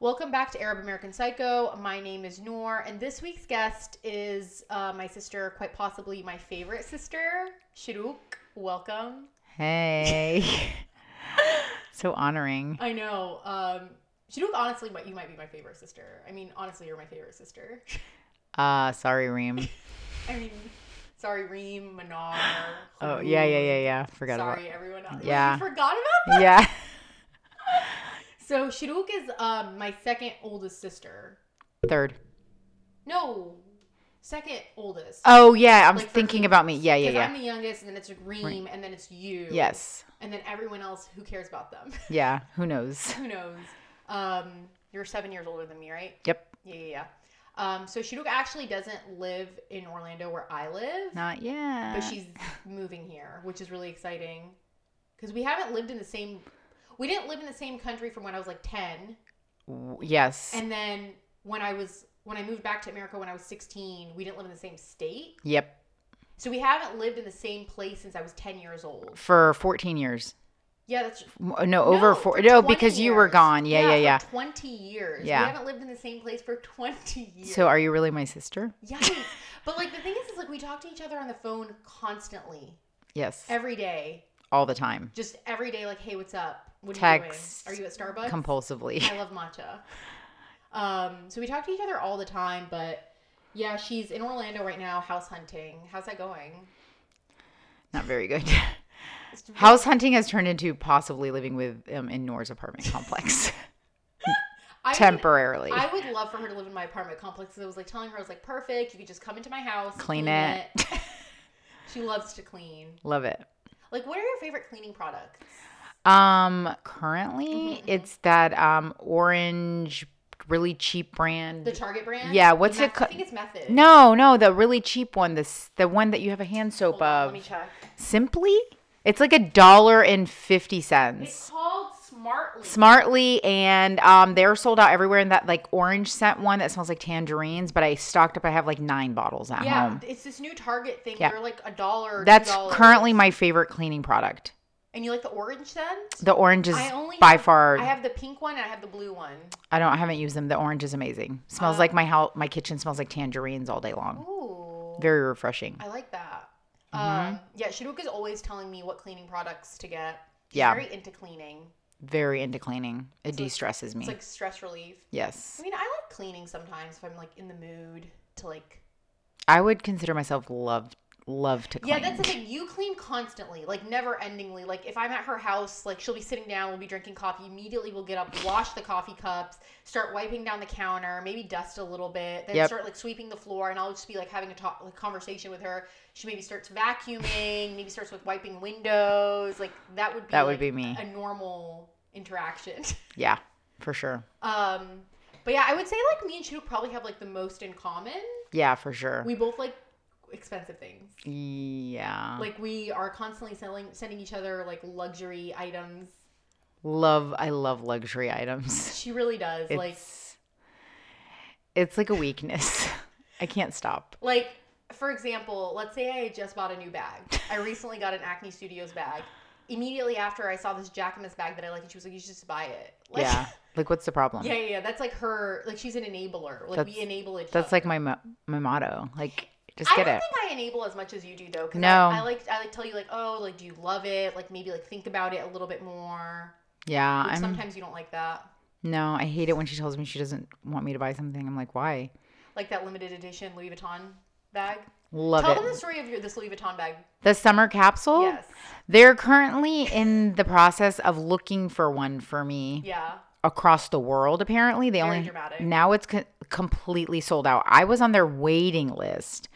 Welcome back to Arab American Psycho. My name is Noor, and this week's guest is uh, my sister, quite possibly my favorite sister, Shiruk. Welcome. Hey. so honoring. I know. Um, Shiruk, honestly, might- you might be my favorite sister. I mean, honestly, you're my favorite sister. Uh sorry, Reem. I mean, sorry, Reem, Manar. Oh, Haroon. yeah, yeah, yeah, yeah. Forgot sorry, everyone else. Yeah. You forgot about about Yeah. So Shiruk is um, my second oldest sister. Third. No, second oldest. Oh yeah, I'm Like, for thinking females. about me. Yeah, yeah, 'Cause yeah. I'm the youngest, and then it's Reem, Reem. and then it's you. Yes. And then everyone else, who cares about them? Yeah. Who knows? who knows? Um, you're seven years older than me, right? Yep. Yeah, yeah, yeah. Um, so Shiruk actually doesn't live in Orlando where I live, Not yet. but she's moving here, which is really exciting because we haven't lived in the same. We didn't live in the same country from when I was like ten. W- yes. And then when I was when I moved back to America when I was 16, we didn't live in the same state. yep. So we haven't lived in the same place since I was 10 years old. For 14 years. Yeah, that's M- uh, No, over for four. No, 20 because you were years. gone. Yeah, yeah, for yeah. 20 years. Yeah. We haven't lived in the same place for 20 years. So are you really my sister? Yes. but like the thing is is like we talk to each other on the phone constantly. Yes. Every day. All the time. Just every day like, "Hey, what's up? What are Text. you doing? Are you at Starbucks?" Compulsively. I love matcha. Um, so we talk to each other all the time, but yeah, she's in Orlando right now, house hunting. How's that going? Not very good. It's House hunting has turned into possibly living with um, in Noor's apartment complex I would- temporarily. I would love for her to live in my apartment complex. 'cause I was like telling her, I was like, perfect. You could just come into my house, Clean it. she loves to clean. Love it. Like, what are your favorite cleaning products? Um, currently Mhm, mhm. it's that um orange, really cheap brand. The Target brand? Yeah, The what's it Meth- I cut- think it's Method. no, no, the really cheap one. This the one that you have a hand soap Hold on, let me of. check. Simply, it's like a dollar and fifty It's cents. called Smartly. Smartly, and um, they're sold out everywhere. in that like orange scent one that smells like tangerines, but I stocked up. I have like nine bottles at yeah, home. it's this new Target thing. Yeah. They're like a dollar. or That's $2. currently my favorite cleaning product. And you like the orange scent? The orange is I only by have- far. I have the pink one and I have the blue one. I don't. I haven't used them. The orange is amazing. Smells Uh, like my house. My kitchen smells like tangerines all day long. Ooh. Very refreshing. I like that. Mhm. Um, yeah, Shiduk is always telling me what cleaning products to get. She's Yeah. very into cleaning. Very into cleaning. It So de stresses me. It's like stress relief. I yes, mean, I like cleaning sometimes if I'm like in the mood to like. I would consider myself love love to clean. Yeah, that's the thing. You clean constantly, like never endingly. Like if I'm at her house, like she'll be sitting down, we'll be drinking coffee. Immediately, we'll get up, wash the coffee cups, start wiping down the counter, maybe dust a little bit, then Yep. start like sweeping the floor, and I'll just be like having a talk, like, conversation with her. She maybe starts vacuuming, maybe starts with wiping windows. Like that would be That would like, be me. a normal interaction. yeah, for sure. um, but yeah, I would say like me and Chidu probably have like the most in common. Yeah, for sure. We both like expensive things. yeah, Like we are constantly selling, sending each other like luxury items. love. I love luxury items. She really does. It's Like, it's like a weakness. I can't stop. like for example, let's say I had just bought a new bag. I recently got an Acne Studios bag. Immediately after, I saw this Jacquemus bag that I liked, and she was like, "You should just buy it." Like, yeah, like what's the problem? yeah, yeah, yeah. That's like her. Like she's an enabler. Like we That's- enable each That's other. like my mo- my motto. Like just I get don't it. think I enable as much as you do though. 'cause No. I, I like I like tell you like, oh, like do you love it? Like maybe like think about it a little bit more. yeah, Which I'm. sometimes you don't like that. No, I hate it when she tells me she doesn't want me to buy something. I'm like, why? Like that limited edition Louis Vuitton bag. Love Tell it. Oh. them the story of your this Louis Vuitton bag. The summer capsule. Yes. They're currently in the process of looking for one for me Yeah. across the world. Apparently, they Very only dramatic. now it's co- completely sold out. I was on their waiting list,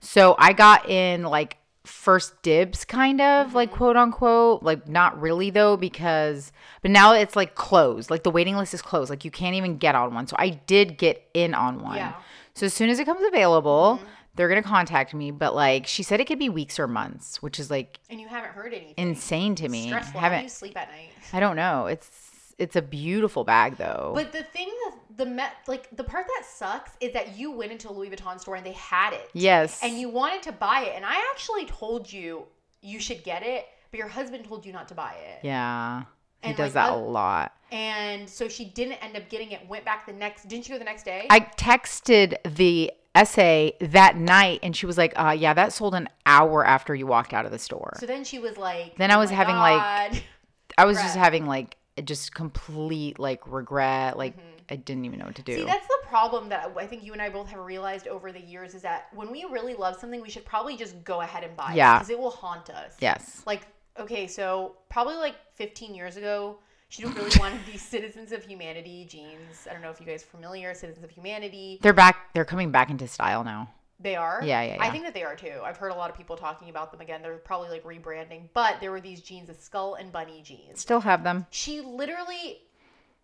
so I got in like first dibs, kind of Mm-hmm. like quote unquote, like not really though because but now it's like closed. Like the waiting list is closed. Like you can't even get on one. So I did get in on one. Yeah. So as soon as it comes available. Mm-hmm. They're gonna contact me, but like she said, it could be weeks or months, which is like And you haven't heard anything. insane to me. Stressful. How do Haven't you sleep at night? I don't know. It's it's a beautiful bag though. But the thing that the Met, like the part that sucks is that you went into a Louis Vuitton store and they had it. yes. And you wanted to buy it. And I actually told you you should get it, but your husband told you not to buy it. Yeah. He And, does like, that a oth- lot. And so she didn't end up getting it. Went back the next. Didn't she go the next day? I texted the essay that night and she was like, uh, yeah, that sold an hour after you walked out of the store. so then she was like. Then I "Oh was my having, like, God." I was just regret. having like just complete like regret. Like I didn't even know what to do. Mm-hmm. See, that's the problem that I think you and I both have realized over the years is that when we really love something, we should probably just go ahead and buy it Yeah. because it will haunt us. yes. Like, okay, so probably like 15 years ago, she didn't really want these Citizens of Humanity jeans. I don't know if you guys are familiar, Citizens of Humanity. They're back. They're coming back into style now. They are. Yeah, yeah, I yeah. think that they are too. I've heard a lot of people talking about them again. They're probably like rebranding, but there were these jeans, the skull and bunny jeans. Still have them. She literally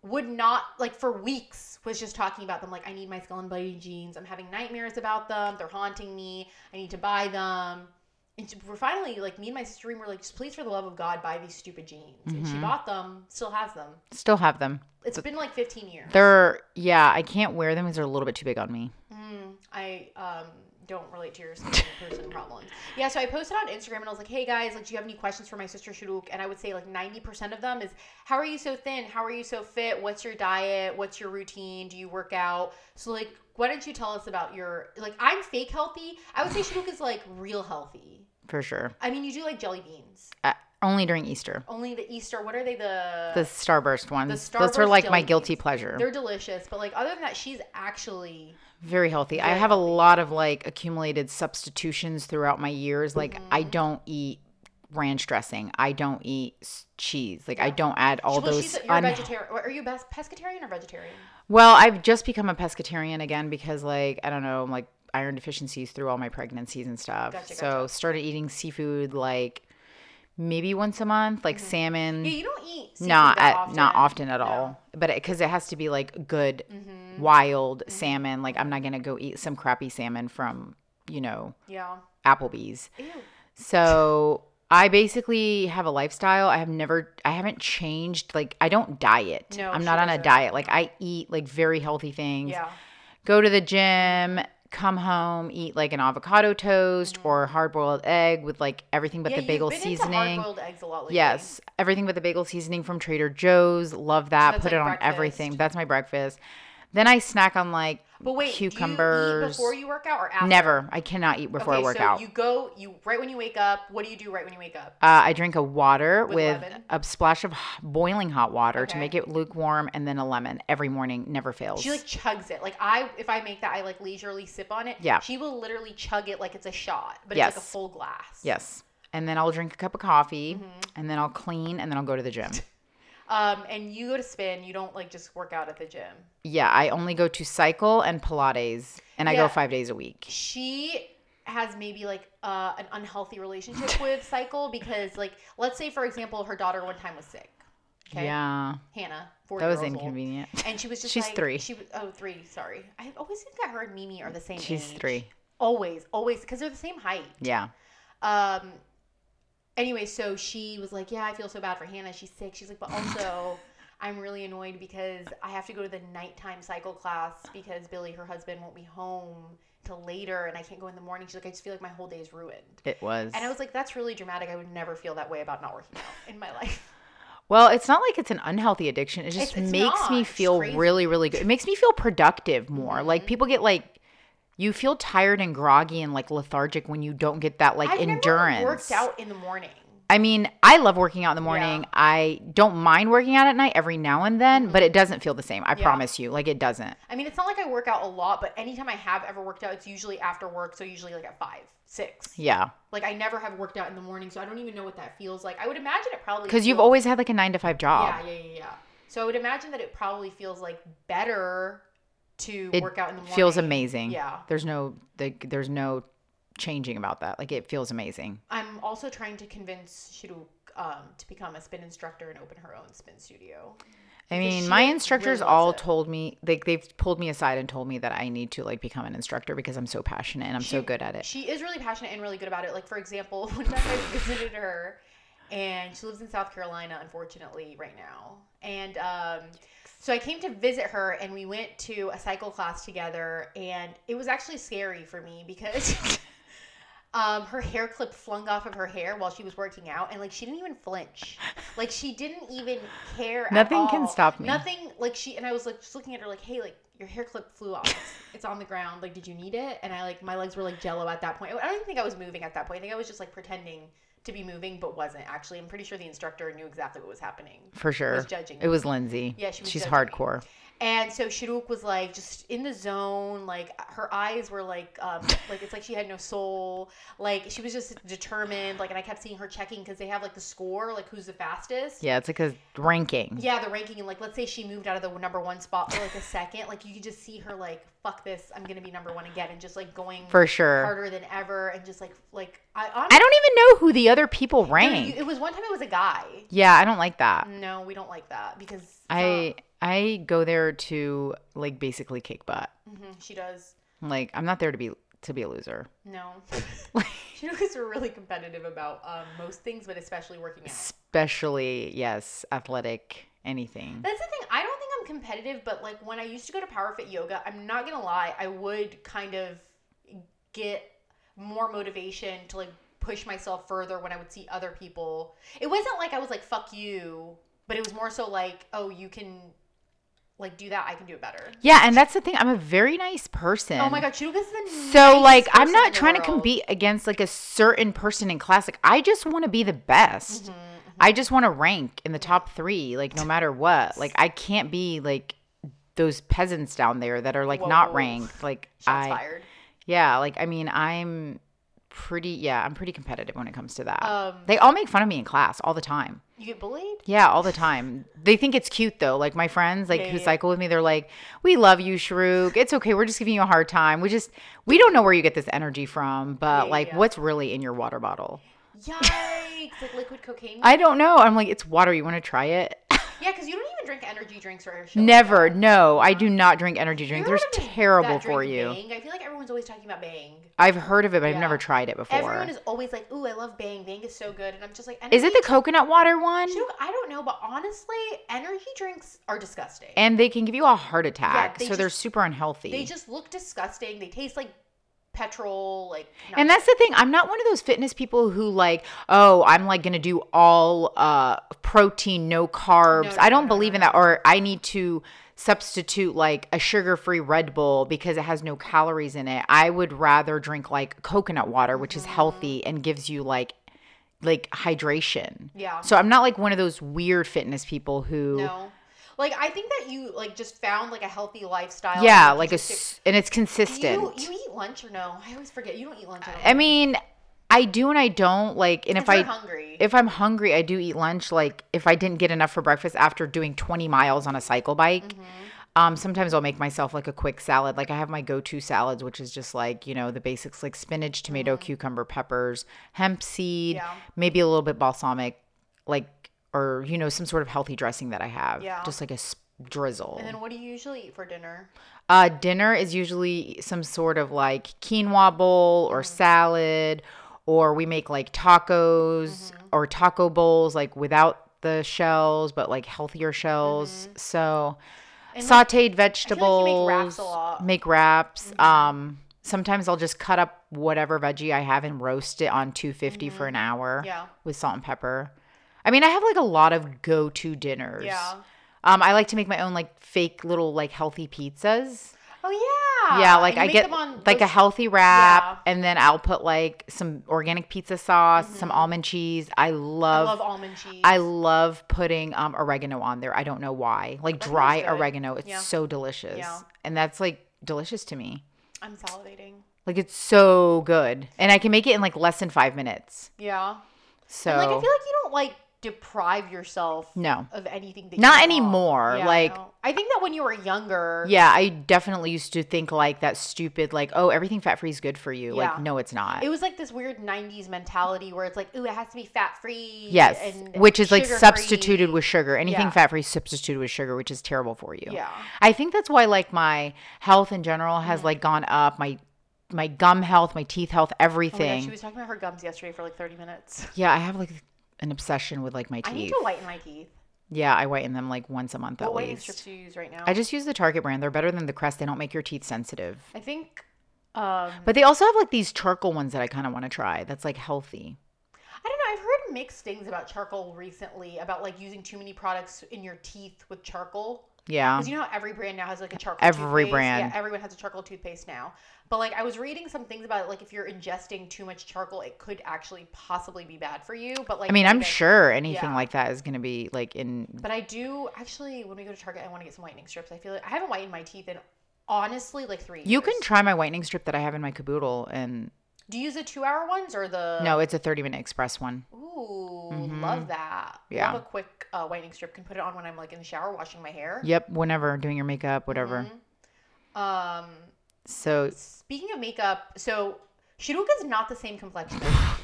would not like for weeks was just talking about them like I need my skull and bunny jeans. I'm having nightmares about them. They're haunting me. I need to buy them. And we're finally like me and my sister were like, just please for the love of God, buy these stupid jeans. And Mm-hmm. she bought them, still has them. Still have them. It's been like 15 years. They're yeah. I can't wear them because they're a little bit too big on me. Mm, I um, don't relate to your skin person problems. Yeah, so I posted on Instagram and I was like, "Hey guys, like, do you have any questions for my sister Shaduk?" And I would say like ninety percent of them is, "How are you so thin? How are you so fit? What's your diet? What's your routine? Do you work out?" So like, why don't you tell us about your like? I'm fake healthy. I would say Shaduk is like real healthy. For sure. I mean, you do like jelly beans. Uh, only during Easter. Only the Easter. What are they? The The starburst ones. Those are Starburst like my jelly guilty beans. pleasure. they're delicious, but like other than that, she's actually Very healthy. I have a lot of like accumulated substitutions throughout my years. Like I Mm-hmm. don't eat ranch dressing. I don't eat s- cheese. Like I don't add all well. those. She's you're a un- vegetarian. Are you best pescatarian or vegetarian? Well, I've just become a pescatarian again because, like, I don't know, like iron deficiencies through all my pregnancies and stuff. Gotcha, so started eating seafood like maybe once a month, like salmon. Yeah, Mm-hmm. you don't eat seafood not that at, not often at No. all, but because it, has to be like good Mm-hmm. wild salmon. Like I'm not gonna go eat some crappy salmon from you know Yeah. Applebee's. Ew. So I basically have a lifestyle. I have never, I haven't changed. Like I don't diet. No, I'm she not on a doesn't. diet. Like I eat like very healthy things. Yeah. Go to the gym, come home, eat like an avocado toast or hard boiled egg with like everything but Mm-hmm. yeah, the bagel you've been seasoning. Into hard-boiled eggs a lot lately. Yes, everything but the bagel seasoning from Trader Joe's. Love that. that's Put like it on breakfast. everything. That's my breakfast. Then I snack on like But wait, cucumbers. Do you eat cucumbers. before you work out or after? Never. I cannot eat before okay, I work so out. you go, you right when you wake up. What do you do right when you wake up? Uh, I drink a water With with, lemon? a splash of h- boiling hot water to Okay. make it lukewarm and then a lemon every morning. Never fails. She like chugs it. Like I, if I make that, I like leisurely sip on it. Yeah. She will literally chug it like it's a shot, but it's like a Yes. full glass. yes. And then I'll drink a cup of coffee Mm-hmm. and then I'll clean and then I'll go to the gym. Um, and you go to spin. You don't like just work out at the gym. yeah, I only go to cycle and Pilates and I Yeah. go five days a week. she has maybe like uh, an unhealthy relationship with cycle because like let's say for example her daughter one time was sick okay Yeah. hannah four That was years old. inconvenient. and she was just She's like, three. she was oh three sorry i always think that her and mimi are the same She's age. three. always always because they're the same height Yeah. um anyway so she was like yeah i feel so bad for hannah she's sick she's like but also i'm really annoyed because i have to go to the nighttime cycle class because billy her husband won't be home till later and i can't go in the morning she's like i just feel like my whole day is ruined It was. and i was like that's really dramatic i would never feel that way about not working out in my life well, it's not like it's an unhealthy addiction. It just It's- it's makes not. me It's feel crazy. Mm-hmm. really, really good. It makes me feel productive more. Like people get like, you feel tired and groggy and like lethargic when you don't get that like I've endurance. never worked out in the morning I mean, I love working out in the morning. I don't mind working out at night every now and then, Mm-hmm. but it doesn't feel the same. I promise you. Like it doesn't. i mean it's not like i work out a lot but anytime i have ever worked out it's usually after work so usually like at five six Yeah. Like I never have worked out in the morning, so I don't even know what that feels like. I would imagine it probably Because you've feels- always had like a nine to five job. yeah yeah yeah yeah. So I would imagine that it probably feels like better to It work out in the morning. feels amazing. Yeah. There's no, like, there's no changing about that. Like it feels amazing. I'm also trying to convince Shiruk um, to become a spin instructor and open her own spin studio. I Because she, mean, my like, instructors really loves all it. told me like they've pulled me aside and told me that I need to like become an instructor because I'm so passionate and I'm so She- good at it. She is really passionate and really good about it. Like for example, one time I visited her, and she lives in South Carolina, unfortunately, right now. And um, so I came to visit her, and we went to a cycle class together, and it was actually scary for me because Um, her hair clip flung off of her hair while she was working out, and like she didn't even flinch. Like she didn't even care. at Nothing can all. stop me. Nothing like she and I was like just looking at her like, hey, like your hair clip flew off. it's on the ground. Like, did you need it? And I like my legs were like jello at that point. I don't even think I was moving at that point. I think I was just like pretending to be moving, but wasn't actually. I'm pretty sure the instructor knew exactly what was happening. for sure. judging It was Lindsay. Yeah, she was She's judging me. hardcore. And so Shiruk was like just in the zone, like her eyes were like um like it's like she had no soul. Like she was just determined, like and I kept seeing her checking because they have like the score, like who's the fastest. Yeah, it's like a ranking. Yeah, the ranking and like let's say she moved out of the number one spot for like a second, like you could just see her like, fuck this, I'm gonna be number one again and just like going For sure. harder than ever and just like like I honestly I don't even know who the other people ranked. it Mm, was one time it was a guy. yeah, I don't like that. No, we don't like that because it's I I go there to like basically kick butt. not- Mhm, she does Like I'm not there to be to be a loser. No. you know, because we're really competitive about um, most things, but especially working out. Especially yes, athletic anything. That's the thing. I don't think I'm competitive, but like when I used to go to Power Fit Yoga, I'm not gonna lie, I would kind of get more motivation to like push myself further when I would see other people. It wasn't like I was like "fuck you," but it was more so like, "Oh, you can like do that. I can do it better." Yeah, and that's the thing. I'm a very nice person. Oh my god, Chiduka's the So nicest like person I'm in not the trying to world. compete against like a certain person in class. Like I just want to be the best. Mm-hmm, I just want to rank in the top 3 like no matter what. Like I can't be like those peasants down there that are like not Whoa. ranked. Like Shots I fired. Yeah, like I mean, I'm pretty yeah, I'm pretty competitive when it comes to that. Um, they all make fun of me in class all the time. You get bullied? Yeah, all the time. They think it's cute though. Like my friends, like who yeah. cycle with me, they're like, "We love you, Shrook. It's okay. We're just giving you a hard time. We just we don't know where you get this energy from, but yeah, like, yeah. what's really in your water bottle? Yikes! like liquid cocaine. I don't know. I'm like, it's water. You want to try it? Yeah, because you don't even drink energy drinks or shit. Never. No, I do not drink energy You drinks. ever They're heard of that terrible for drink, you. Bang? I feel like everyone's always talking about Bang. I've heard of it, but I've Yeah. never tried it before. Everyone is always like, "Ooh, I love Bang. Bang is so good," and I'm just like, Is it energy the coconut water one? drink- I don't know, but honestly, energy drinks are disgusting. and they can give you a heart attack they so they're just- super unhealthy they just look disgusting. They taste like petrol. Like, not and that's the thing i'm not one of those fitness people who like oh i'm like gonna do all uh protein no carbs no, i don't no, no, believe in that or i need to substitute like a sugar-free red bull because it has no calories in it i would rather drink like coconut water which is healthy Mm-hmm. and gives you like like hydration Yeah. so i'm not like one of those weird fitness people who no. Like, I think that you like just found like a healthy lifestyle. yeah and you like a just stick- s- and it's Do consistent you, you eat lunch or no? I always forget. You don't eat lunch. I, don't I think. mean, I do and I don't like, and if you're I hungry. if I'm hungry, I do eat lunch. Like if I didn't get enough for breakfast after doing 20 miles on a cycle bike, Mm-hmm. um, sometimes I'll make myself like a quick salad. Like I have my go-to salads, which is just like you know the basics like spinach, tomato, cucumber, peppers, hemp seed, Mm-hmm. Yeah. maybe a little bit balsamic, like or you know some sort of healthy dressing that I have, Yeah. just like a s- drizzle. and then what do you usually eat for dinner? Uh, dinner is usually some sort of like quinoa bowl or Mm-hmm. salad, or we make like tacos Mm-hmm. or taco bowls, like without the shells, but like healthier shells. Mm-hmm. So sauteed vegetables, you make wraps a lot. Mm-hmm. make wraps. Um, sometimes I'll just cut up whatever veggie I have and roast it on 250 for an hour Mm-hmm. Yeah. with salt and pepper. I mean, I have like a lot of go-to dinners. Yeah. Um, I like to make my own like fake little like healthy pizzas. Oh yeah. Yeah, like And you I make get them on like a roast- healthy wrap, and then I'll put like some organic pizza sauce, some almond cheese. I Mm-hmm. I love, love almond cheese. I love putting um, oregano on there. I don't know why, like dry good. oregano. It's Yeah. so delicious, Yeah. and that's like delicious to me. I'm salivating. Like it's so good, and I can make it in like less than five minutes. Yeah. So And like I feel like you don't like deprive yourself No. of anything that Not you want. anymore, Yeah, like- no. I think that when you were younger yeah, I definitely used to think like that stupid, like oh, everything fat free is good for you. Yeah. Like no, it's not. it was like this weird 90s mentality where it's like ooh it has to be fat free Yes, and which is like sugar-free. substituted with sugar. Anything Yeah. fat free substituted with sugar, which is terrible for you. Yeah. Oh I think that's why like my health in general has like gone up. My my gum health, my teeth health, Mm-hmm. Oh my God, everything. she was talking about her gums yesterday for like 30 minutes. yeah, I have like an obsession with like my I need teeth. to whiten my teeth. yeah, I whiten them like once a month What at whitening least. strips do you use right now? I just use the Target brand. They're better than the Crest. They don't make your teeth sensitive. I think Um, But they also have like these charcoal ones that I kind of want to try. That's like healthy. I don't know. I've heard mixed things about charcoal recently about like using too many products in your teeth with charcoal. Yeah. Because you know how every brand now has like a charcoal. Every toothpaste? brand. Yeah, everyone has a charcoal toothpaste now. But like I was reading some things about like if you're ingesting too much charcoal, it could actually possibly be bad for you. But like I mean, I'm maybe- sure anything Yeah. like that is going to be like in. But I do actually when we go to Target, I want to get some whitening strips. I feel like I haven't whitened my teeth in honestly like three. You can years. try my whitening strip that I have in my caboodle, and Do you use the two hour ones or the no, it's a 30 minute express one. Ooh, love that. Yeah. Love a quick uh, whitening strip. Can put it on when I'm like in the shower washing my hair. Yep, whenever doing your makeup, whatever. Mm-hmm. Um, So speaking of makeup, so Shiruka's not the same complexion.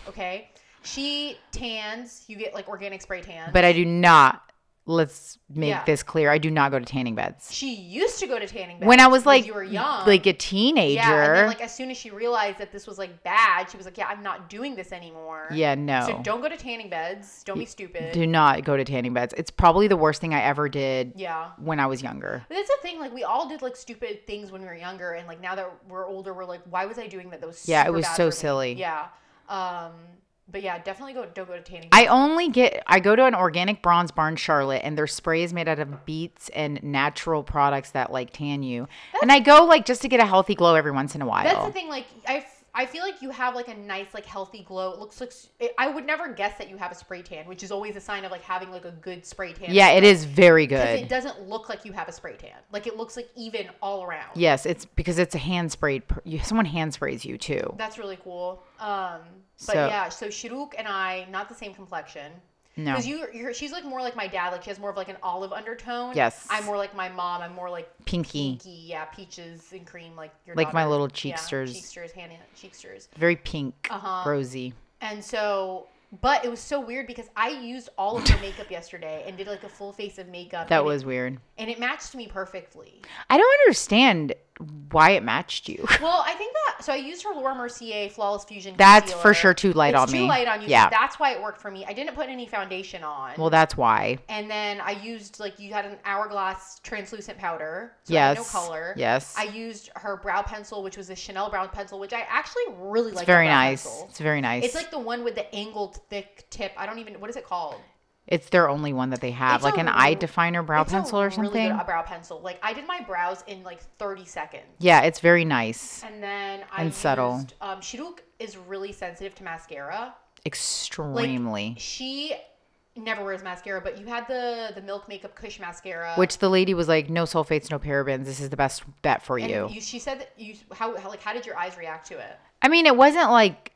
okay, she tans. You get like organic spray tan. But I do not. Let's make Yeah. this clear. I do not go to tanning beds. she used to go to tanning. When I beds was like, you were young, like a teenager. yeah, and Yeah, then like as soon as she realized that this was like bad, she was like, yeah, I'm not doing this anymore. no. So don't go to tanning beds. Don't be stupid. do not go to tanning beds. It's probably the worst thing I ever did yeah. when I was younger. But that's the thing, like we all did like stupid things when we were younger, and like now that we're older, we're like, why was I doing that? That was Yeah, it super was bad so for me. silly. Yeah, um, but yeah, definitely go don't go to tanning. I only get I go to an organic bronze bar in Charlotte and their spray is made out of beets and natural products that like tan you. and I go like just to get a healthy glow every once in a while. that's the thing, like I, f- I feel like you have like a nice like healthy glow. It looks like s- it, I would never guess that you have a spray tan, which is always a sign of like having like a good spray tan. yeah, it is very because it good. doesn't look like you have a spray tan. Like it looks like even all around. Yes, it's because it's a hand sprayed. per- you- Someone hand sprays you too. That's really cool. Um, but So- yeah, so Shiruk and I, not the same complexion. No. Because you, you're, she's like more like my dad. Like she has more of like an olive undertone. Yes. I'm more like my mom. I'm more like Pinky. pinky, yeah, peaches and cream, like your Like my daughter. little Yeah, cheeksters. cheeksters, Hannah, cheeksters. very pink, Uh-huh. rosy. And so, but it was so weird because I used all of her makeup yesterday and did like a full face of makeup. That and it- was weird. and it matched me perfectly. I don't understand why it matched you. Well, I think that so I used her Laura Mercier Flawless Fusion. That's concealer. for sure too light it's on too me. light on you. so Yeah. that's why it worked for me. I didn't put any foundation on. well, that's why. and then I used like you had an hourglass translucent powder. So I had yes. no color. Yes. I used her brow pencil, which was a Chanel brown pencil, which I actually really it's like. very the brow nice. pencil. It's very nice. It's like the one with the angled thick tip. I don't even what is it called? It's their only one that they have, It's like a an r- eye definer brow It's a pencil or Really something. good uh, brow pencil. Like I did my brows in like 30 seconds. yeah, it's very nice. And then I And subtle. used um Shiruk is really sensitive to mascara. Extremely. She never wears mascara, but you had the the Milk Makeup Kush mascara. Which the lady was like, "No sulfates, no parabens. This is the best bet for and you." you she said that you how, how like how did your eyes react to it? I mean, it wasn't like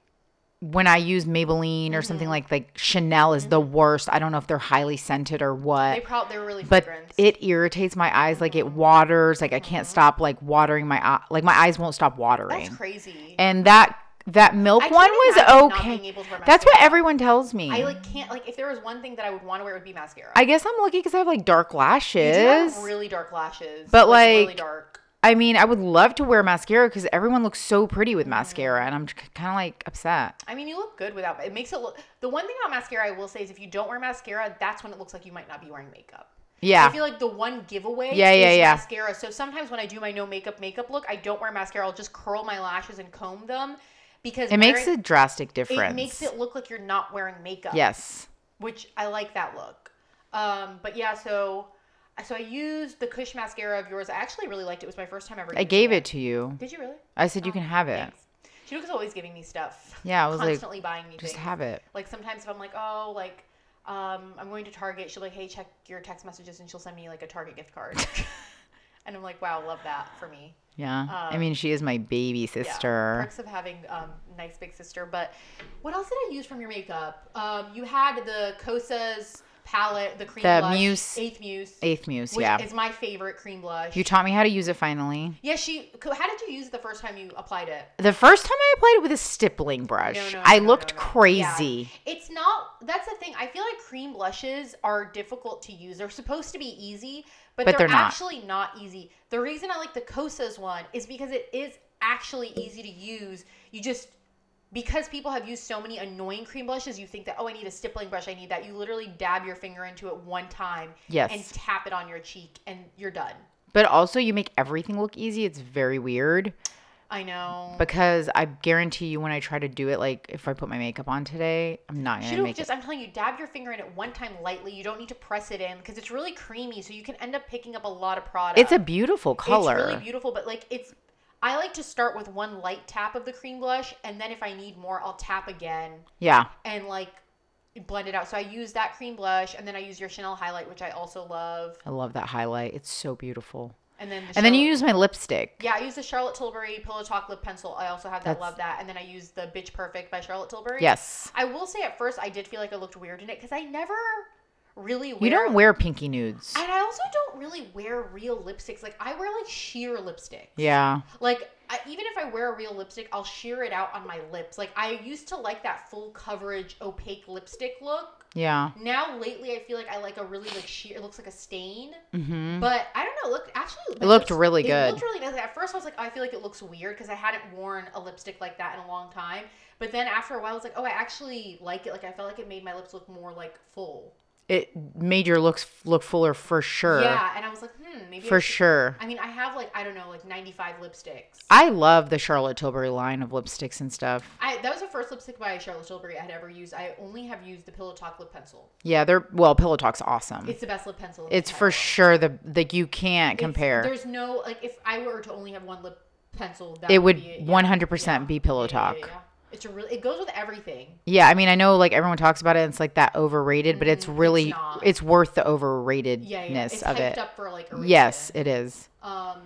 when I use Maybelline or Mm-hmm. something like like Chanel is the worst. I don't know if they're highly scented or what. They probably they were really Uh, but fragrant. it irritates my eyes like it waters like i can't stop like watering my eye like my eyes won't stop watering Mm-hmm. That's crazy. and that that milk I one can't imagine was not being okay able to wear that's what mascara. everyone tells me I i, like can't like if there was one thing that I would want to wear it would be mascara. guess i'm lucky because i have like dark You do have lashes really dark lashes, But, really like, dark. i mean i would love to wear mascara because everyone looks so pretty with mascara and i'm kind of like upset I mean, you look good without. It makes it look. The one thing about mascara I will say is if you don't wear mascara, that's when it looks like you might not be wearing makeup. I yeah feel like the one giveaway Yeah, is yeah, yeah. mascara. So sometimes when I do my no makeup makeup look, I don't wear mascara. I'll just curl my lashes and comb them because it makes a wearing- drastic it difference makes it look like you're not wearing makeup. yes which I like that look. Um, but yeah, so so I used the Kush mascara of yours. I actually really liked it. It was my first time ever. i using gave it to you Did you really? i said you can have it Oh, Thanks. Shinuka's always giving me stuff. Yeah, I was like, constantly buying me just things. have it Like sometimes if I'm like, oh, like um, I'm going to Target, she'll be like, hey, check your text messages, and she'll send me like a Target gift card. and I'm like, wow, love that for me. yeah i mean she is my baby Um, Yeah, sister Perks of having um, nice big sister. But what else did I use from your makeup? Um, you had the Kosa's palette, the cream The blush, Muse- eighth muse, eighth muse which yeah is my favorite cream blush. You taught me how to use it finally. yeah, she. co- How did you use it the first time you applied it? The first time I applied it with a stippling brush, No, no, I no, looked no, no. crazy. Yeah. It's not. That's the thing. I feel like cream blushes are difficult to use. They're supposed to be easy, but, But they're, they're not. actually not easy. The reason I like the Kosas one is because it is actually easy to use. You just because people have used so many annoying cream blushes, you think that oh, I need a stippling brush. I need that. You literally dab your finger into it one time Yes. and tap it on your cheek, and you're done. But also, you make everything look easy. It's very weird. I know. because I guarantee you when I try to do it, like if I put my makeup on today, I'm not gonna Should've make just, I'm telling you, dab your finger in it one time lightly. You don't need to press it in because it's really creamy, so you can end up picking up a lot of product. it. It's a beautiful color. It's really beautiful, but like it's. I like to start with one light tap of the cream blush, and then if I need more, I'll tap again yeah. and like blend it out. So I use that cream blush, and then I use your Chanel highlight, which I also love, I love that highlight. It's so beautiful. and then the And then you Charlotte- use my lipstick. Yeah, I use the Charlotte Tilbury Pillow Talk lip pencil. I also have that. That's- love that. And then I use the Bitch Perfect by Charlotte Tilbury. Yes. I will say at first I did feel like I looked weird in it because I never really wear You don't wear pinky nudes. and I also don't really wear real lipsticks. Like I wear like sheer lipstick. Yeah. Like I, even if I wear a real lipstick, I'll sheer it out on my lips. Like I used to like that full coverage opaque lipstick look. Yeah. Now lately, I feel like I like a really like sheer. It looks like a stain, Mm-hmm. but I don't know. It looked actually. It looked looks- really It good. looked really nice. At first, I was like, oh, I feel like it looks weird because I hadn't worn a lipstick like that in a long time. But then after a while, I was like, oh, I actually like it. Like I felt like it made my lips look more like full. It made your looks look fuller for sure. Yeah, and I was like, hmm, maybe I For should- sure. I mean, I have like I don't know, like ninety five lipsticks. I love the Charlotte Tilbury line of lipsticks and stuff. I that was the first lipstick by Charlotte Tilbury I had ever used. I only have used the Pillow Talk lip pencil. Yeah, they're well, Pillow Talk's awesome. Mm. It's, It's the best lip pencil. in the entire for world. sure the like you can't It's- compare. There's no like if I were to only have one lip pencil, that it would be yeah. 100% be Pillow Yeah, Talk. Yeah, yeah. It's a really it goes with everything. Yeah, I mean, I know like everyone talks about it. and it's like that overrated, but it's Mm, it's really not. it's, worth the overratedness Yeah, yeah. It's of hyped it. up for like a reason. Yes, it is. Um,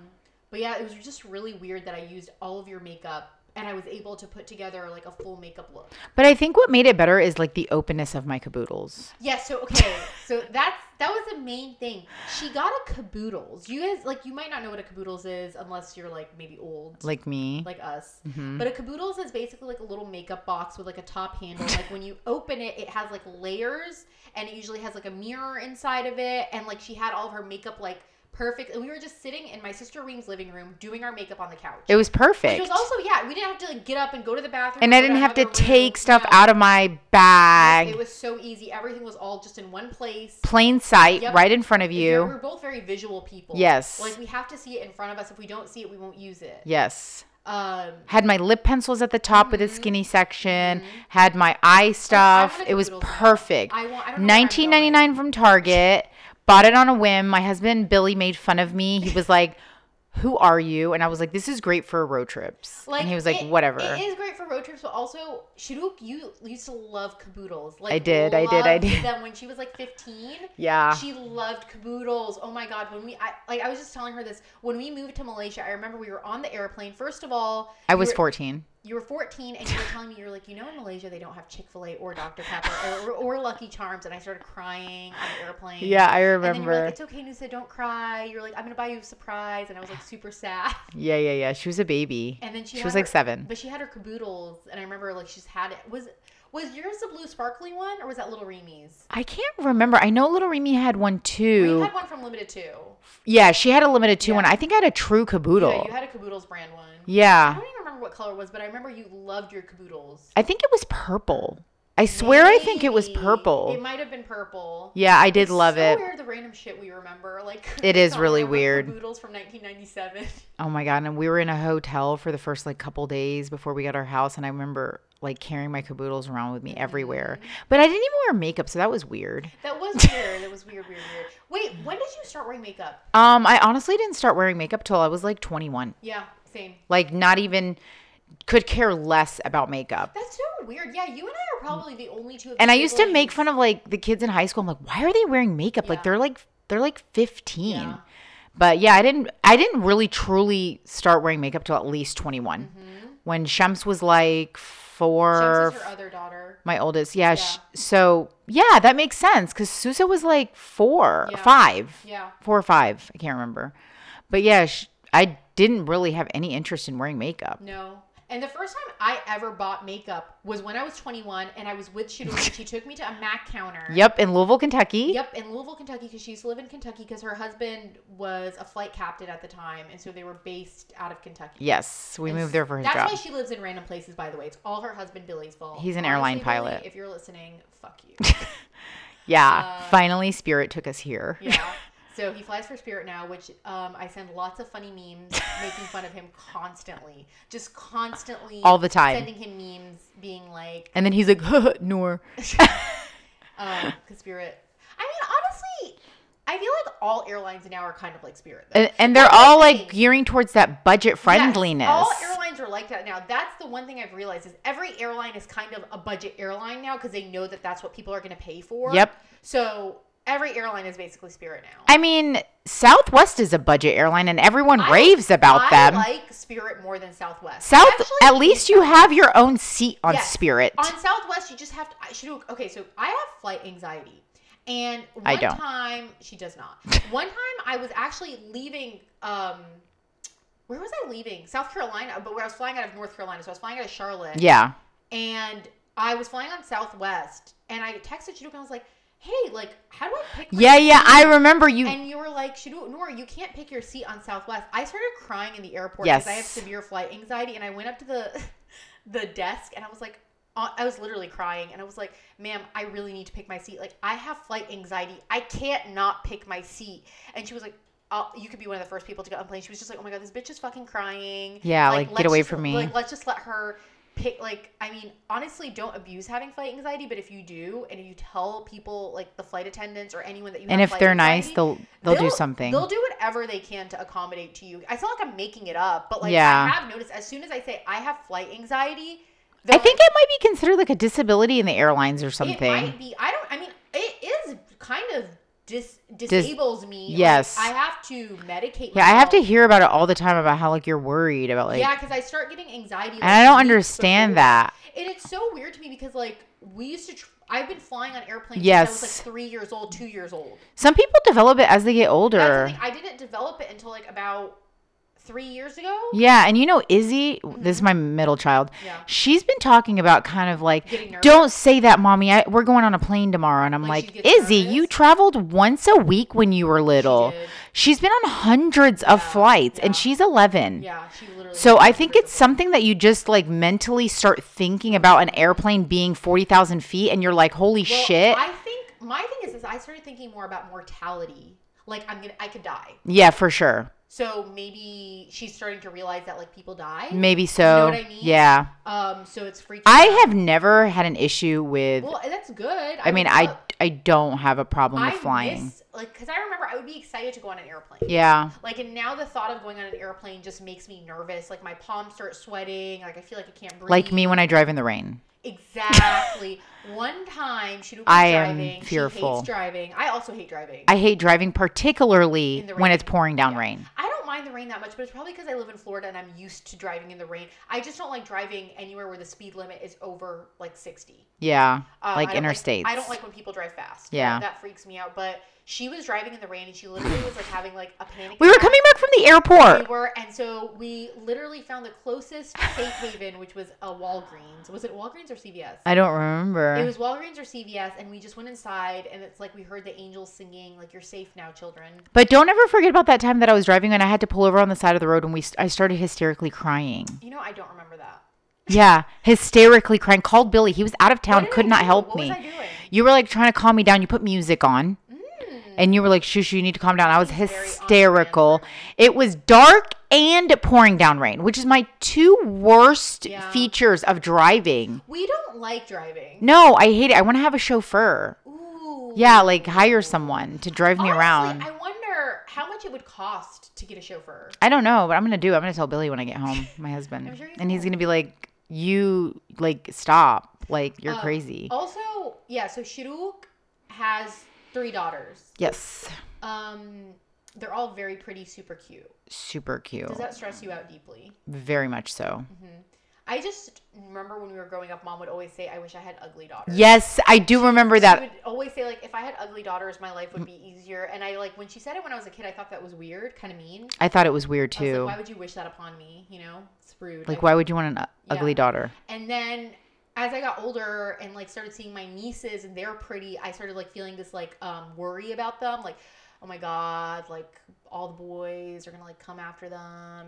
but yeah, it was just really weird that I used all of your makeup and I was able to put together like a full makeup look. But I think what made it better is like the openness of my caboodles. Yeah, so okay. so that's that was the main thing. She got a caboodles. You guys like you might not know what a caboodles is unless you're like maybe old. Like, Like me. us. Mhm. But a caboodles is basically like a little makeup box with like a top handle. like when you open it, it has like layers and it usually has like a mirror inside of it and like she had all of her makeup like perfect and we were just sitting in my sister Reem's living room doing our makeup on the couch. it was Which perfect. was also yeah, we didn't have to like, get up and go to the bathroom. and or I go didn't have to another room. take stuff No. out of my bag. It was so easy. Everything was all just in one place. Plain sight, Yep. right in front of If you're- you. We're both very visual people. Yes. Like we have to see it in front of us. If we don't see it, we won't use it. Yes. Um, Had my lip pencils at the top with a Mm-hmm. skinny section. Had my eye stuff. the It was caboodles now. perfect. I want. I don't know where I'm Nineteen ninety nine from Target. Bought it on a whim. My husband Billy made fun of me. He was like, "Who are you?" And I was like, "This is great for road trips." going. Like and he was like, it- "Whatever." It is great for road trips, but also Shiruk, you used to love caboodles. Like I did, I did, I loved did. Them when she was like fifteen. yeah. She loved caboodles. Oh my god! When we, I like, I was just telling her this. When we moved to Malaysia, I remember we were on the airplane. First of all, I you was were- 14. you were 14 and you were telling me you were like you know in malaysia they don't have chick-fil-a or dr pepper or, or lucky charms and i started crying on the airplane Yeah, I and then you were remember. like it's okay nusa don't cry you're like i'm gonna buy you a surprise and i was like super sad yeah, yeah, yeah. She was a baby. and then she, She had was like her- seven. but she had her caboodles and i remember like she's had it was was yours the blue sparkly one or was that little remy's I can't remember. I know Little Remy had one too. you had one from limited too yeah, she had a limited two Yeah. one. I think I had a true caboodle. yeah you had a caboodles brand one i yeah. don't even remember what color it was but i remember you loved your caboodles I think it was purple. I swear I think it was Maybe. purple. it might have been purple yeah, I did It's love so it. Weird the random shit we remember. Like It is really weird. Boodles from 1997. Oh my god, and we were in a hotel for the first like couple days before we got our house and I remember like carrying my caboodles around with me everywhere. But I didn't even wear makeup, so that was weird. That was weird. That was weird, weird, weird. Wait, when did you start wearing makeup? Um I honestly didn't start wearing makeup till I was like 21. Yeah, same. Like not even could care less about makeup. That's so weird. Yeah, you and I are probably the only two. Of And I used to make fun of like the kids in high school. I'm like, "Why are they wearing makeup? Yeah. Like they're like they're like 15." Yeah. But yeah, I didn't I didn't really truly start wearing makeup till at least 21. When Shams was like 4 Jinx is Mm-hmm. her other daughter. My oldest, yeah. sh so yeah, that makes sense because Susa was like four, Yeah. five, Yeah. four or five. I can't remember, but yeah, sh- I didn't really have any interest in wearing makeup. No. And the first time I ever bought makeup was when I was 21 and I was with Shidori. she took me to a MAC counter. Yep, in Louisville, Kentucky. Yep, in Louisville, Kentucky, because she used to live in Kentucky because her husband was a flight captain at the time, and so they were based out of Kentucky. Yes, we And moved there for his That's job. why she lives in random places, by the way. It's all her husband Billy's fault. He's an airline Billy, pilot. if you're listening, fuck you. yeah, finally, Spirit took us here. uh, Yeah. So he flies for Spirit now, which um, I send lots of funny memes making fun of him constantly. Just constantly. All the time. Sending him memes being like, And then he's like, Nor. um, cause Spirit. I mean, honestly, I feel like all airlines now are kind of like Spirit. Though. And, and they're all like thing. gearing towards that budget Yes, friendliness. all airlines are like that now. That's the one thing I've realized is every airline is kind of a budget airline now because they know that that's what people are going to pay for. Yep. So every airline is basically Spirit now. I mean, Southwest is a budget airline and everyone I- raves about I them. like Spirit more than Southwest. South, Actually, at least you have your own seat on Yes. Spirit. on Southwest, you just have to. I should okay. So I have flight anxiety, and one I don't. time she does not. one time I was actually leaving. Um, where was I leaving? South Carolina, but where I was flying out of North Carolina, so I was flying out of Charlotte. yeah. and I was flying on Southwest, and I texted Shaduk and I was like, "Hey, like, how do I pick?" my Yeah, yeah. I seat?" remember you. And you were like, Shaduk, Nora, you can't pick your seat on Southwest. I started crying in the airport Yes. because I have severe flight anxiety, and I went up to the the desk and I was like. uh, I was literally crying and I was like, ma'am, I really need to pick my seat. Like, I have flight anxiety. I can't not pick my seat. And she was like, I'll, you could be one of the first people to get on the plane. She was just like, oh my God, this bitch is fucking crying. Yeah, like, get let's away just- from me. Like, let's just let her pick like i mean honestly don't abuse having flight anxiety but if you do and if you tell people like the flight attendants or anyone that you and have if flight they're nice, anxiety, they'll, they'll do something. they'll do whatever they can to accommodate to you i feel like i'm making it up but like Yeah. i have noticed as soon as i say i have flight anxiety I think it might be considered like a disability in the airlines or it something. might be i don't i mean it is kind of dis disables me Like, yes. i have to medicate yeah, I have to myself. hear about it all the time about how like you're worried about like, yeah because i start getting anxiety and I don't weeks understand before. that. And it's so weird to me because like we used to. Tr- I've been flying on airplanes since I was Yes. like three years old, two years old. Some people develop it as they get older. That's the thing. I didn't develop it until like about three years ago. Yeah, and you know Izzy, this is Mm-hmm. my middle child. Yeah. She's been talking about kind of Getting like, nervous. don't say that, mommy. I, we're going on a plane tomorrow, and I'm Like, like, she gets Izzy, you nervous? traveled once a week when you were little. She did. She has been on hundreds of Yeah, flights, yeah. and she's 11. Yeah, she literally. So I think it's something that you just like mentally start thinking about an airplane being forty thousand feet, and you're like, holy Well, shit. I think my thing is, is I started thinking more about mortality. Like I'm gonna, I could die. yeah, for sure. So maybe she's starting to realize that like people die. Maybe so. what I mean? Yeah. Um. So it's freaking. I have never had an issue with. Well, that's good. I mean, would I love- I don't have a problem with I flying. miss, like, cause I remember I would be excited to go on an airplane. Yeah. Like, and now the thought of going on an airplane just makes me nervous. Like, my palms start sweating. Like, I feel like I can't breathe. Like me when I drive in the rain. Exactly. One time, she was I am driving. She fearful. hates driving. I also hate driving. I, I hate driving particularly In the when rain. it's pouring down Yeah. rain. don't mind the rain that much, but it's probably because I live in Florida and I'm used to driving in the rain. I just don't like driving anywhere where the speed limit is over like 60. Yeah. Um, like I don't interstates. I don't like when people drive fast. That- Yeah. That, freaks me out. But she was driving in the rain and she literally was like having like a panic. We were attack. coming back from the airport. We were, and so we literally found the closest safe haven, which was a Walgreens. Was it Walgreens or CVS? I don't remember. It was Walgreens or CVS, and we just went inside, and it's like we heard the angels singing, like "You're safe now, children." but don't ever forget about that time that I was driving and I had to pull over on the side of the road and we I started hysterically crying. You know, I don't remember that. Yeah, hysterically crying. Called Billy. He was out of What town, did could I not do? help What me. was I doing? You were like trying to calm me down. You put music on. And you were like, Shushu, you need to calm down. I was Seems very on brand hysterical. for It was dark and pouring down rain, which is my two worst Yeah. features of driving. We don't like driving. No, I hate it. I want to have a chauffeur. Ooh. Yeah, like hire someone to drive me Honestly, around. I wonder how much it would cost to get a chauffeur. I don't know, but I'm gonna do. it. I'm gonna tell Billy when I get home, my husband, I'm sure you and he's gonna be like, "You like stop, like you're Um, crazy." Also, yeah. So Shiruk has three daughters. Yes, Um, they're all very pretty, super cute. super cute, Does that stress you out deeply? very much so. I just remember when we were growing up, mom would always say, "I wish I had ugly daughters." Yes, I do remember She that. would always say like, "If I had ugly daughters, my life would be easier." And I like when she said it when I was a kid, I thought that was weird, kind of mean. I thought it was weird I was too. like, why would you wish that upon me? You know, it's rude. Like, why would you want an u- ugly Yeah. daughter? And then as I got older and like started seeing my nieces and they're pretty, I started like feeling this like um worry about them, like oh my god, like all the boys are gonna like come after them,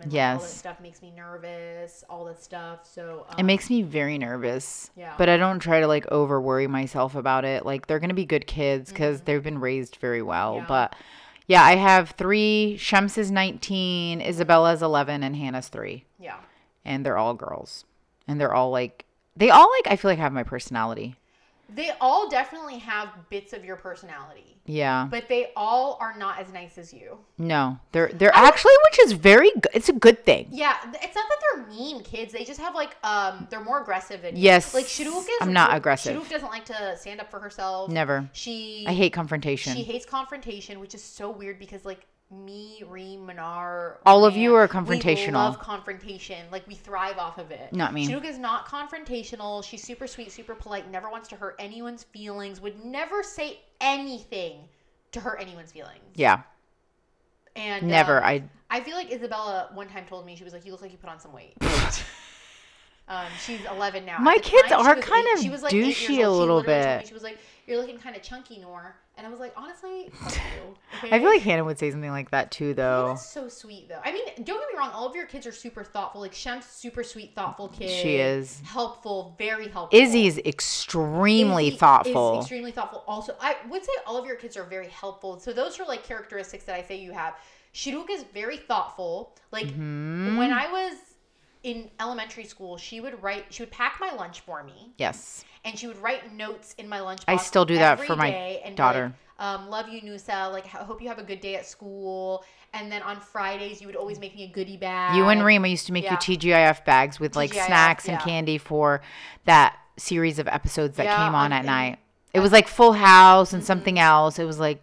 and like, all that Yes. stuff makes me nervous, all that stuff. So um, It makes me very nervous. Yeah. But I don't try to like over worry myself about it. Like they're gonna be good kids because they've been raised very well. Mm-hmm. Yeah. But Yeah, I have three. Shems is 19, Isabella's 11, and Hannah's three. Yeah. And they're all girls. And they're all like, they all like, I feel like have my personality. They all definitely have bits of your personality, Yeah. but they all are not as nice as you. No, they're, they're actually, which is very good. It's a good thing. Yeah, th- it's not that they're mean kids. They just have like um, they're more aggressive than you. Yes. Like Shaduk is. I'm not aggressive. Shaduk doesn't like to stand up for herself. Never. She. I hate confrontation. She hates confrontation, which is so weird because like me, Reem, Minar, All of you Honan, are We confrontational. love confrontation. Like we thrive off of it. Not me. Shaduk is not confrontational. She's super sweet, super polite. Never wants to hurt anyone's feelings. Would never say anything to hurt anyone's feelings. yeah. And Never. um, I, I feel like Isabella one time told me she was like, "You look like you put on some weight." um, she's 11 now. At My the kids time, she are was kind of eight douchey years old. a She little literally told me- bit. She was like, "You're looking kind of chunky, Nor," and I was like, "Honestly, fuck you." Okay? I feel like Hannah would say something like that too, though. That's so sweet, though. I mean, don't get me wrong. All of your kids are super thoughtful. Like Shem's super sweet, thoughtful kid. She is. helpful, very helpful. Izzy's extremely Izzy is thoughtful. extremely thoughtful. Also, I would say all of your kids are very helpful. So those are like characteristics that I say you have. Shiruk is very thoughtful. Like Mm-hmm. when I was in elementary school, she would write. She would pack my lunch for me, yes. and she would write notes in my lunchbox. I still do that every for my day and be daughter. Like, um, love you, Nusa. Like, I hope you have a good day at school. And then on Fridays, you would always make me a goodie bag. You and Rima used to make yeah. you TGIF bags with like TGIF, snacks and yeah. candy for that series of episodes that Yeah, came on on- at and- night. It was like Full House and something else. It was like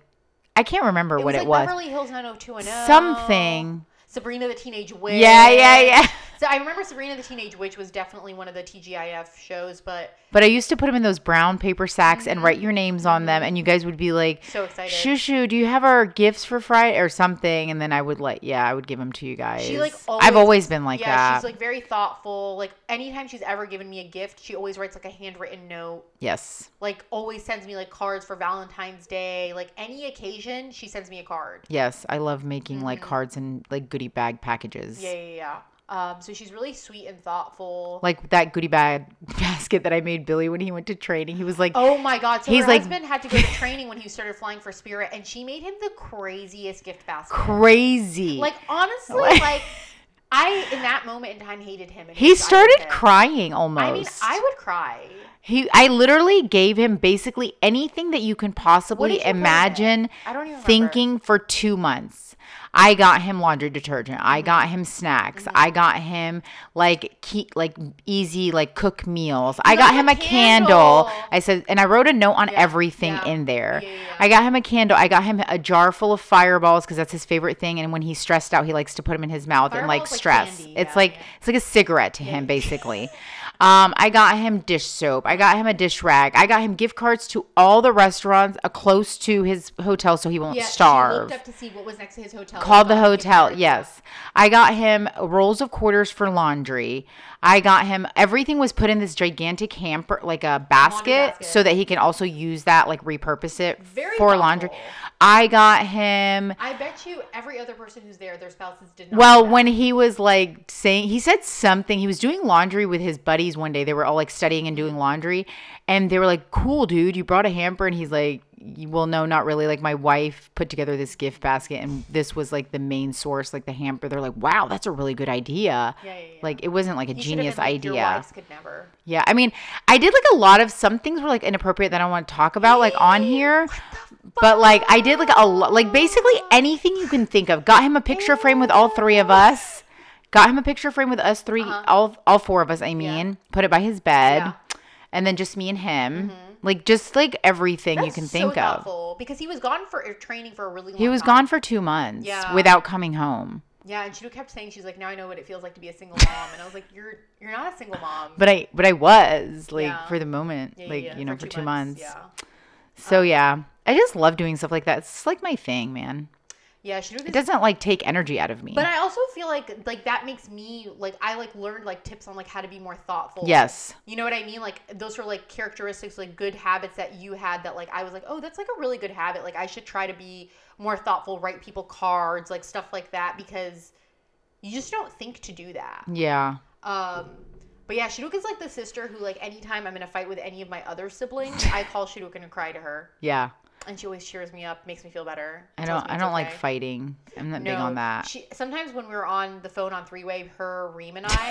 I can't remember what was it like was. Beverly Hills 90210. Something. Sabrina the Teenage Witch. Yeah, yeah, yeah. So I remember Sabrina the Teenage Witch was definitely one of the TGIF shows, but But I used to put them in those brown paper sacks and write your names on them, and you guys would be like, Mm-hmm. so excited. "Shushu, do you have our gifts for Friday or something?" And then I would like, yeah, I would give them to you guys. She, like, always- I've always been like yeah, that. she's like very thoughtful. Like anytime she's ever given me a gift, she always writes like a handwritten note. yes, Like always sends me like cards for Valentine's Day. Like any occasion, she sends me a card. yes, I love making like cards and like goodie bag packages. Mm-hmm. Yeah, yeah, yeah. Um, so she's really sweet and thoughtful. like that goodie bag basket that I made Billy when he went to training. He was like, Oh my God! So He's her like- husband had to go to training when he started flying for Spirit, and she made him the craziest gift basket. crazy. Like honestly, Like- like I in that moment in time hated him. and he was fine with started it. crying almost. I mean, I would cry. he, I literally gave him basically anything that you can did possibly you put in it? imagine I don't even remember. thinking for two months. I got him laundry detergent. I Mm-hmm. got him snacks. I got him like keep like easy like cook meals. I got got him him a a candle. candle. I said, and I wrote a note on everything yeah. in there. Yeah, yeah, yeah. I got him a candle. I got him a jar full of fireballs because that's his favorite thing. And when he's stressed out, he likes to put them in his mouth and like Fireballs like stress. candy. It's Yeah, like yeah. it's like a cigarette to him basically. um, I got him dish soap. I got him a dish rag. I got him gift cards to all the restaurants uh, close to his hotel so he won't Yeah, She starve. looked up to see what was next to his hotel. Called the Thought he could hotel. charge. Yes. I got him rolls of quarters for laundry. I got him everything was put in this gigantic hamper, like a basket, basket. so that he can also use that, like repurpose it Very for laundry. thoughtful. I got him. I bet you every other person who's there, their spouses did not. Well, when he was like saying, he said something. He was doing laundry with his buddies one day. They were all like studying and doing laundry. And they were like, cool, dude, you brought a hamper. And he's like, well, no, not really. Like, my wife put together this gift basket, and this was like the main source, like the hamper. They're like, wow, that's a really good Yeah, idea. yeah, yeah. Like, it wasn't like a You should have genius been like, idea. Your wives could never. Yeah, I mean, I did like a lot of some things were like inappropriate that I want to talk about like on here. But like I did like a lot like basically anything you can think of. Got him a picture frame with all three of us. Got him a picture frame with us 3 all all four of us, I mean. Put it by his bed. Uh-huh. Yeah. Mm-hmm. And then just me and him. Like just like everything you That's can so think of. thoughtful, because he was gone for uh, training for a really long. He was time. gone for 2 months Yeah. without coming home. Yeah, and she kept saying she's like, now I know what it feels like to be a single mom, and I was like, you're you're not a single mom. But I but I was like Yeah. for the moment, Yeah, yeah, like yeah, you know for 2 months. Yeah. So Um, yeah, I just love doing stuff like that. It's like my thing, man. Yeah, Shaduk It is doesn't like take energy out of me. But I also feel like like that makes me like I like learned like tips on like how to be more thoughtful. yes. You know what I mean? Like those are like characteristics, like good habits that you had that like I was like, oh, that's like a really good habit. Like I should try to be more thoughtful, write people cards, like stuff like that, because you just don't think to do that. Yeah. Um but yeah, Shaduk is like the sister who like anytime I'm in a fight with any of my other siblings, I call Shaduk and cry to her. Yeah. and she always cheers me up, makes me feel better. I tells don't. me I it's don't okay. like fighting. I'm not big No, on that. She, sometimes when we were on the phone on three way, her Reem and I,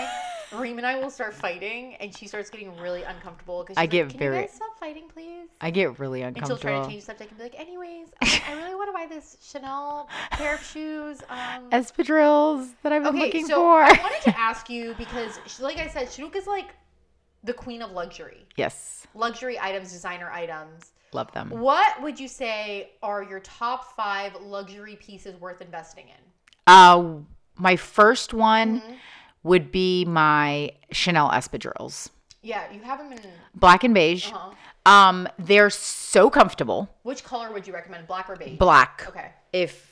Reem and I will start fighting, and she starts getting really uncomfortable because I like, get Can very- you guys stop fighting, please? I get really And she'll try to uncomfortable. change the subject and be like, "Anyways, um, I really want to buy this Chanel pair of shoes." Um, Espadrilles that I've been okay, looking so for. I wanted to ask you because, sh- like I said, Shinook is like the queen of luxury, yes, luxury items, designer items. love them. What would you say are your top five luxury pieces worth investing in? Uh, my first one Mm-hmm. would be my Chanel espadrilles, Yeah, you have them in. black and beige. Uh-huh. Um, they're so comfortable. Which color would you recommend, black or beige? Black. Okay. if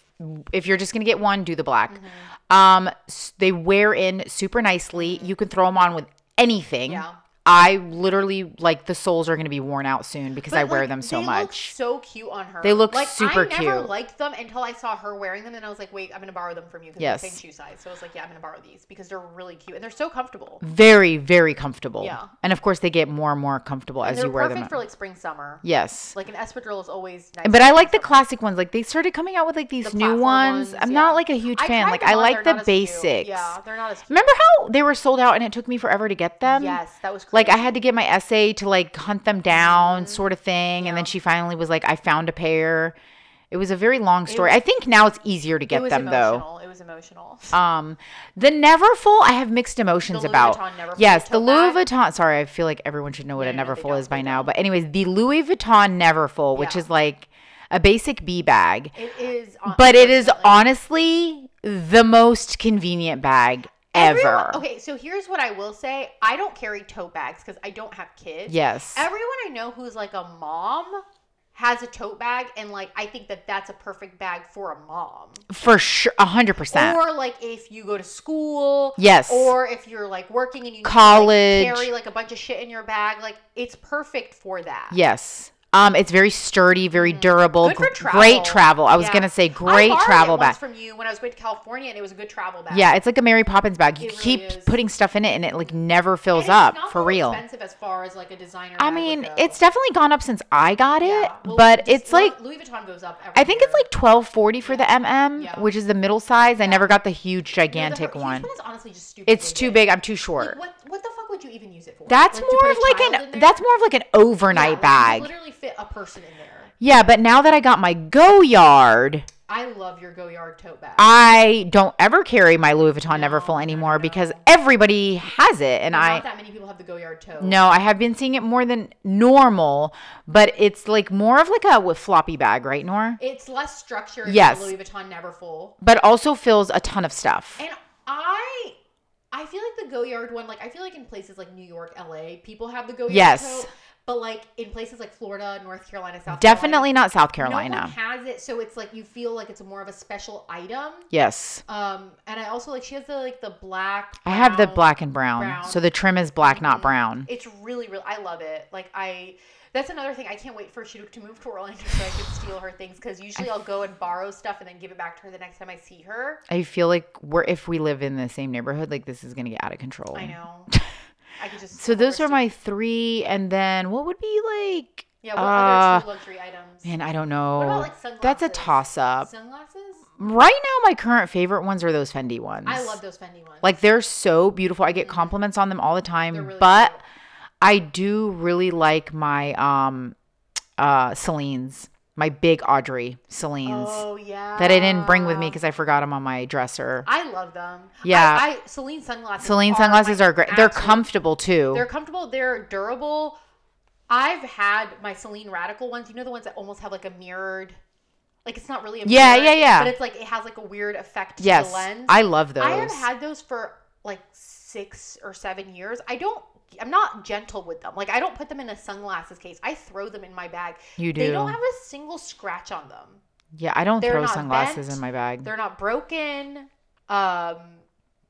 if you're just gonna get one, do the black. Mm-hmm. Um, s- they wear in super nicely. You can throw them on with anything. Yeah. I literally like the soles are gonna be worn out soon because I But, wear like, them so they much. Look so cute on her. They look like, super I never cute. liked them until I saw her wearing them, and I was like, wait, I'm gonna borrow them from you because Yes. they're the same shoe size. So I was like, yeah, I'm gonna borrow these because they're really cute and they're so comfortable. very very comfortable. Yeah. And of course they get more and more comfortable as they're you wear perfect them. for like spring summer. yes. Like an espadrille is always nice. but I like the classic ones. Like they started coming out with like these The new platform ones. ones, I'm yeah. not like a huge fan. tried Like them I on, like they're the not as cute. basics. Yeah, they're not as cute. Remember how they were sold out and it took me forever to get them? yes, that was like I crazy. had to get my essay to like hunt them Mm-hmm. down, sort of thing. And then she finally was like, "I found a pair." It was a very long story. I think now it's easier to it get was them emotional. It was emotional. though. Um, the Neverfull, I have mixed emotions The Louis about. Vuitton Neverfull yes, the tote Louis bag? Vuitton. Sorry, I feel like everyone should know what a no, no, they Neverfull is don't, by they now. don't. But anyways, the Louis Vuitton Neverfull, which Yeah. is like a basic B bag, it is, on, but it is unfortunately. honestly the most convenient bag ever. Everyone- okay, so here's what I will say: I don't carry tote bags because I don't have kids. Yes. Everyone I know who's like a mom has a tote bag, and like I think that that's a perfect bag for a mom. for sure, hundred percent. Or like if you go to school. Yes. Or if you're like working and you need to, like, College. carry like a bunch of shit in your bag, like it's perfect for that. Yes. Um, it's very sturdy, very durable. Mm. Good for gr- Great travel. travel. I was Yeah. gonna say I great borrowed travel it once bag. from you when I was going to California, and it was a good travel bag. yeah, it's like a Mary Poppins bag. You It really keep is. putting stuff in it, and it like never And fills it's up not for that real. Expensive as far as like a designer. I bag would mean, go. it's definitely gone up since I got it, Yeah, well, but just it's Louis- like Louis Vuitton goes up. Every I think it's year. like twelve forty for the MM, Yeah. which is the middle size. I never got the huge No, the gigantic Hercules one. is honestly just stupid. It's too big. I'm too short. Like, what what the fuck would you even use it for? that's Like, to more put a of like child in an there? that's more of like an Yeah, overnight like, you bag. Literally fit a person in there. Yeah, but now that I got my Go Yard. I love your Go Yard tote bag. I don't ever carry my Louis Vuitton No, Neverfull no, anymore no. because everybody has it, and Not I that many people have the Go Yard tote. no, I have been seeing it more than normal, but it's like more of like a with floppy bag, right, Nor? It's less structured. than Yes. the Louis Vuitton Neverfull. But also fills a ton of stuff. And I. I feel like the Go Yard one, like I feel like in places like New York, LA, people have the Go Yard Yes. tote, but like in places like Florida, North Carolina, South Carolina, Definitely not South No Carolina. one has it, so it's like you feel like it's more of a special item. yes, Um, and I also like she has the like the black. I have the brown- black and brown, brown. so the trim is black, not Mhm. brown. It's really, really. I love it. Like I, that's another thing. I can't wait for Shiduk to move to Orlando so I can steal her things because usually I'll go and borrow stuff and then give it back to her the next time I see her. I feel like we're if we live in the same neighborhood, like this is gonna get out of control. I know. I could just. So those are oversteal. my three, and then what would be like? Yeah. What other uh, two luxury items? Man, I don't know. what about like sunglasses? That's a toss up. Sunglasses. Right now, my current favorite ones are those Fendi ones. I love those Fendi ones. Like they're so beautiful. I get Mhm. compliments on them all the time. They're really but cute. I do really like my um uh Celine's, my big Audrey Celine's Oh yeah. that I didn't bring with me because I forgot them on my dresser. I love them. Yeah. I, I Celine sunglasses. Celine are sunglasses my are great. They're absolute- comfortable too. They're comfortable. They're durable. I've had my Celine Radical ones. You know the ones that almost have like a mirrored, like it's not really a Yeah, mirror, yeah, yeah. but it's like it has like a weird effect to yes, the lens. I love those. I have had those for like six or seven years. I don't. I'm not gentle with them. Like I don't put them in a sunglasses case. I throw them in my bag. you do. They don't have a single scratch on them. yeah, I don't they're throw not sunglasses bent. in my bag. They're not broken. Um,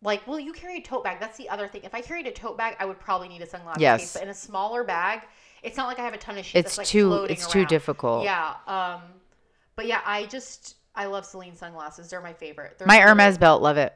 like, well, you carry a tote bag. That's the other thing. If I carried a tote bag, I would probably need a sunglasses Yes. case. But in a smaller bag, it's not like I have a ton of shit. It's that's, like, too. floating It's too around. difficult. Yeah. Um, but yeah, I just I love Celine sunglasses. They're my favorite. They're my so- Hermes belt, love it.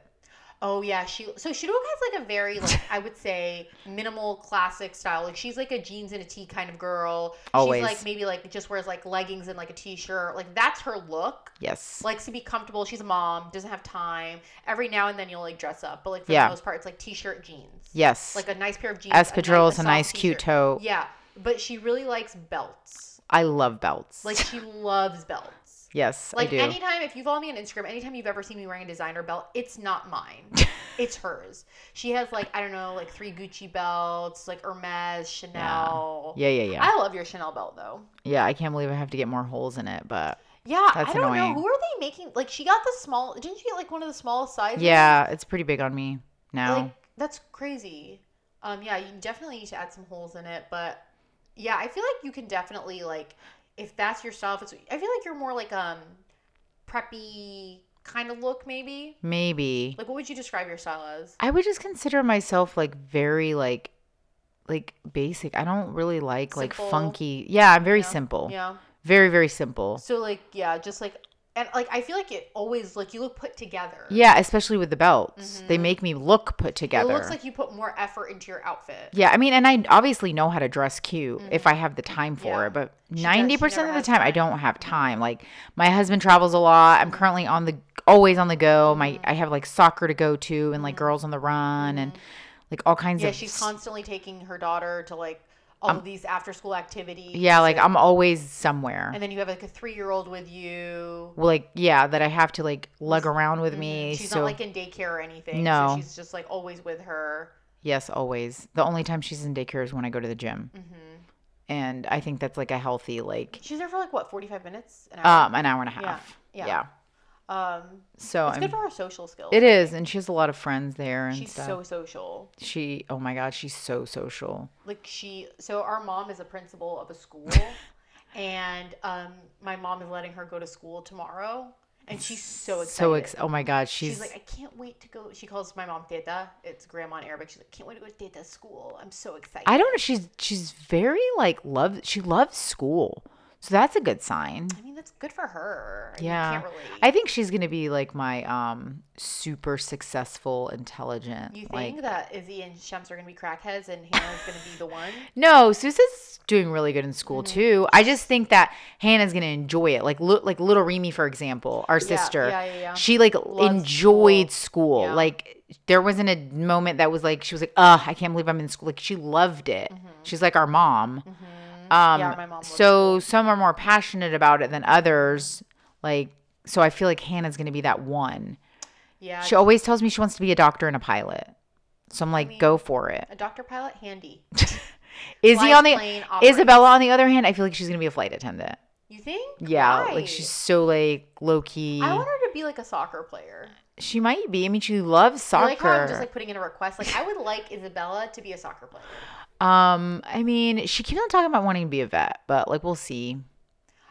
Oh yeah, she so Shadok has like a very like I would say minimal classic style. Like she's like a jeans and a tee kind of girl. Always. She's like maybe like just wears like leggings and like a t-shirt. Like that's her look. Yes. Likes to be comfortable. She's a mom, doesn't have time. Every now and then you'll like dress up, but like for Yeah. the most part it's like t-shirt jeans. yes. Like a nice pair of jeans. Espadrilles, a soft nice t-shirt. cute tote. Yeah, but she really likes belts. I love belts. Like she loves belts. yes, I Like do. anytime, if you follow me on Instagram, anytime you've ever seen me wearing a designer belt, it's not mine. it's hers. She has like I don't know, like three Gucci belts, like Hermes, Chanel. yeah, yeah, yeah. I love your Chanel belt though. yeah, I can't believe I have to get more holes in it, but Yeah, That's I don't annoying. know who are they making. Like she got the small. Didn't she get like one of the smallest sizes? yeah, it's pretty big on me now. Like that's crazy. Um, yeah, you definitely need to add some holes in it, but yeah, I feel like you can definitely like if that's your style. If it's, I feel like you're more like um preppy kind of look maybe. Maybe. Like, what would you describe your style as? I would just consider myself like very like like basic. I don't really like like Simple. funky. Yeah, I'm very Yeah. simple. Yeah. Very very simple. So, like, yeah, just like, and like, I feel like it always, like, you look put together. Yeah, especially with the belts. They Mhm. make me look put It together. looks like you put more effort into your outfit. yeah, I mean, and I obviously know how to dress cute if Mhm. I have the time for Yeah. it, but does. She 90% never of the has time I time. don't have time. Like my husband travels a lot. I'm currently on the always on the go. My Mhm. I have like soccer to go to and like Mhm. girls on the run and Mhm. like all kinds yeah, of she's s- constantly taking her daughter to like all of these after school activities. Yeah, like and- I'm always somewhere. And then you have like a three year old with you. Well, like yeah that i have to like lug around with Mhm. me She's so not like in daycare or anything. No. So she's just like always with her. yes always the only time she's in daycare is when i go to the gym hmm and i think that's like a healthy like She's there for like, what, 45 minutes? An hour? um an hour and a half yeah, Yeah. um, so it's good I'm, for her social skills. it is and she has a lot of friends there and She's stuff so social. she oh my god she's so social like she so our mom is a principal of a school and um my mom is letting her go to school tomorrow and she's so excited so ex- oh my god she's, she's, like i can't wait to go she calls my mom teta it's grandma in arabic she's like can't wait to go to teta's school i'm so excited i don't know she's she's very like love she loves school so that's a good sign i mean that's good for her I mean, Yeah. you can't relate i think she's gonna be like my um super successful intelligent you like think that Izzy and Shems are gonna be crackheads and Hannah's gonna be the one? No, Susa's doing really good in school Mm-hmm. too. I just think that Hannah's gonna enjoy it. Like, li- like little Remy, for example, our sister. yeah, yeah, yeah. She like enjoyed school. Yeah. Like, there wasn't a moment that was like she was like, "Ugh, I can't believe I'm in school." Like, she loved it. She's like our mom. Um, Mm-hmm. Yeah, my mom loves so some are more passionate about it than others. Like, so I feel like Hannah's gonna be that one. Yeah, She always tells me she wants to be a doctor and a pilot. So I'm like, mean- go for it. a doctor pilot handy. Is he Flies on the? plane, operates. Isabella, on the other hand, I feel like she's gonna be a flight attendant. You think? Yeah, Why? like she's so like low key. I want her to be like a soccer player. She might be. I mean, she loves I soccer. like how I'm just like putting in a request. Like I would like Isabella to be a soccer player. um, I mean, she keeps on talking about wanting to be a vet, but like we'll see.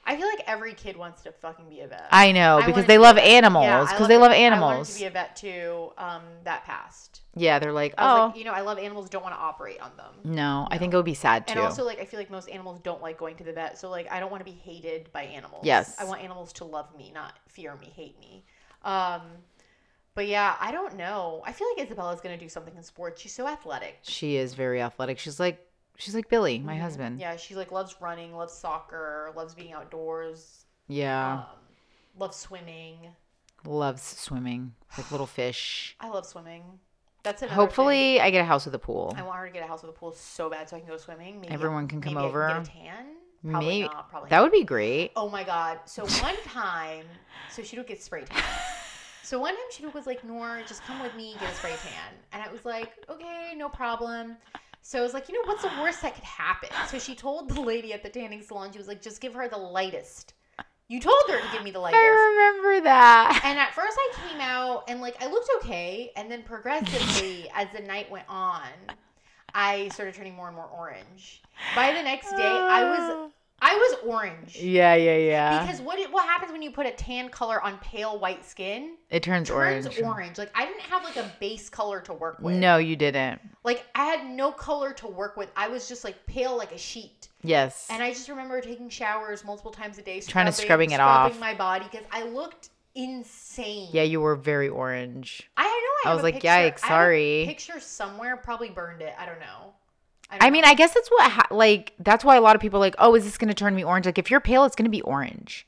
I feel like every kid wants to fucking be a vet. I know I because wanted they to be love a vet. animals. Because they love I wanted to animals. be a vet too. Um, that passed. yeah, they're like, I was oh like, you know, I love animals. Don't want to operate on them. no, I think it would be sad And too. also, like, I feel like most animals don't like going to the vet. So, like, I don't want to be hated by animals. Yes. I want animals to love me, not fear me, hate me. Um, but yeah, I don't know. I feel like Isabella's gonna do something in sports. She's so athletic. she is very athletic. She's like, she's like Billy, my Mhm. husband. Yeah. Yeah, she like loves running, loves soccer, loves being outdoors, um, loves swimming. loves swimming like little fish. I love swimming. That's another thing. Hopefully, I get a house with a pool. I want her to get a house with a pool so bad so I can go swimming. Maybe Everyone can come maybe I over. can get a tan. Probably Maybe- not. Probably That not. would be great. Oh my god! So one time, so she would get spray tan. So one time she was like, "Nor, just come with me, get a spray tan," and I was like, "Okay, no problem." So I was like, "You know what's the worst that could happen?" So she told the lady at the tanning salon, she was like, "Just give her the lightest." You told her to give me the lightest. I remember that. And at first I came out and like I looked okay, and then progressively as the night went on, I started turning more and more orange. By the next day, I was I was orange. Yeah, yeah, yeah. Because what it- what happens when you put a tan color on pale white skin? it turns, Turns orange. orange. Like I didn't have like a base color to work with. No, you didn't. Like I had no color to work with. I was just like pale like a sheet. Yes. And I just remember taking showers multiple times a day, Trying to scrubbing- scrubbing it scrubbing off. my body because I looked insane. yeah, you were very orange. I know I I, I have was a like, picture- yikes, I have a sorry. picture somewhere probably burned it. I don't know. I mean, I guess that's what ha- like that's why a lot of people are like, oh, is this gonna turn me orange? Like if you're pale, it's gonna be orange.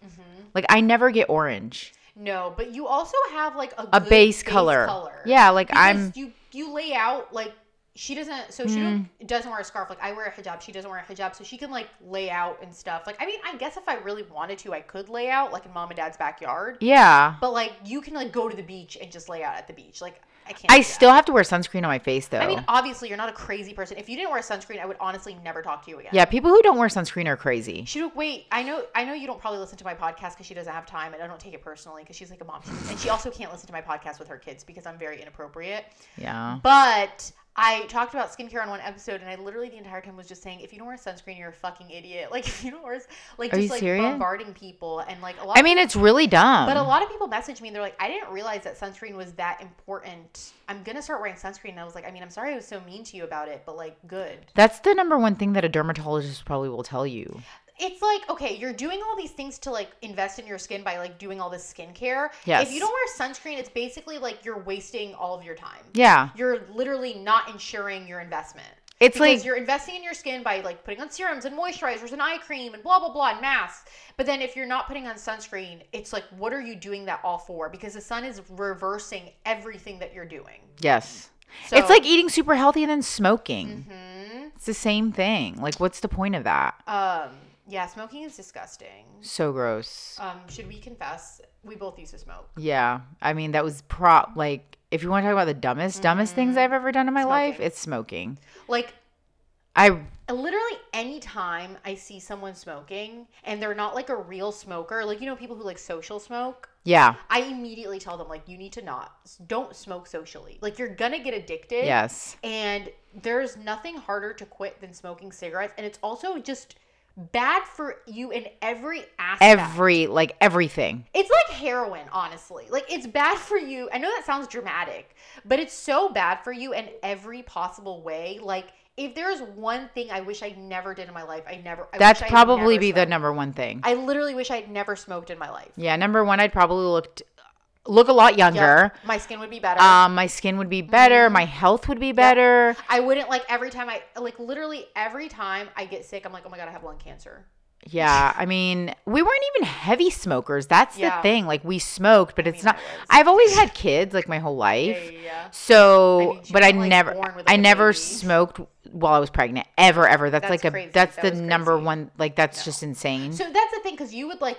Like I never get orange. Mm-hmm. no, but you also have like a, A good base, color. Yeah, like because I'm. you you lay out like she doesn't so she Mm. don't, doesn't wear a scarf like i wear a hijab she doesn't wear a hijab so she can like lay out and stuff like i mean i guess if i really wanted to i could lay out like in mom and dad's backyard Yeah, but like you can like go to the beach and just lay out at the beach like i can't I do that. still have to wear sunscreen on my face though. i mean obviously you're not a crazy person if you didn't wear sunscreen i would honestly never talk to you again yeah, people who don't wear sunscreen are crazy. she wait. I know. I know you don't probably listen to my podcast because she doesn't have time, and I don't take it personally because she's like a mom, and she also can't listen to my podcast with her kids because I'm very inappropriate. Yeah. But I talked about skincare on one episode, and I literally the entire time was just saying, if you don't wear sunscreen, you're a fucking idiot. Like if you don't wear, like Are just you like serious? bombarding people, and like a lot. I mean, it's really dumb. but a lot of people message me and they're like, I didn't realize that sunscreen was that important. I'm gonna start wearing sunscreen. And I was like, I mean, I'm sorry I was so mean to you about it, but like, good. That's the number one thing that a dermatologist probably will tell you. It's like okay, you're doing all these things to like invest in your skin by like doing all this skincare. Yes. If you don't wear sunscreen, it's basically like you're wasting all of your time. Yeah. You're literally not insuring your investment. It's because like- you're investing in your skin by like putting on serums and moisturizers and eye cream and blah blah blah and masks. But then if you're not putting on sunscreen, it's like what are you doing that all for? Because the sun is reversing everything that you're doing. Yes. So Mm-hmm. it's like eating super healthy and then smoking. It's the same thing. Like, what's the point of that? um yeah, smoking is disgusting. So gross. Um should we confess we both used to smoke? Yeah. I mean, that was prop. Like, if you want to talk about the dumbest, dumbest things I've ever done in my life, Mm-hmm. Smoking. it's smoking. Like I, literally any time I see someone smoking and they're not like a real smoker, like you know people who like social smoke, yeah. I immediately tell them like you need to not don't smoke socially. Like you're gonna get addicted. Yes. And there's nothing harder to quit than smoking cigarettes, and it's also just bad for you in every aspect. Every, like, everything. It's like heroin, honestly. Like it's bad for you. I know that sounds dramatic, but it's so bad for you in every possible way. Like if there's one thing I wish I never did in my life, I never. I That's wish I'd probably never be the smoked. number one thing. I literally wish I'd never smoked in my life. yeah. Number one, I'd probably looked, look a lot younger. Yep. My skin would be better. Um, my skin would be better. Mm-hmm. My health would be better. I wouldn't like every time I like literally every time I get sick, I'm like, oh my god, I have lung cancer. Yeah, I mean, we weren't even heavy smokers. That's Yeah. the thing. Like we smoked, but it's mean, not. I was. I've always had kids like my whole life. Yeah, yeah, yeah. So, I mean, she but I wasn't, like, never, born with, I like, a never baby. smoked while I was pregnant. Ever, ever. That's, That's like a. crazy. That's That the was number crazy. one. Like that's just insane. So that's the thing, because you would like.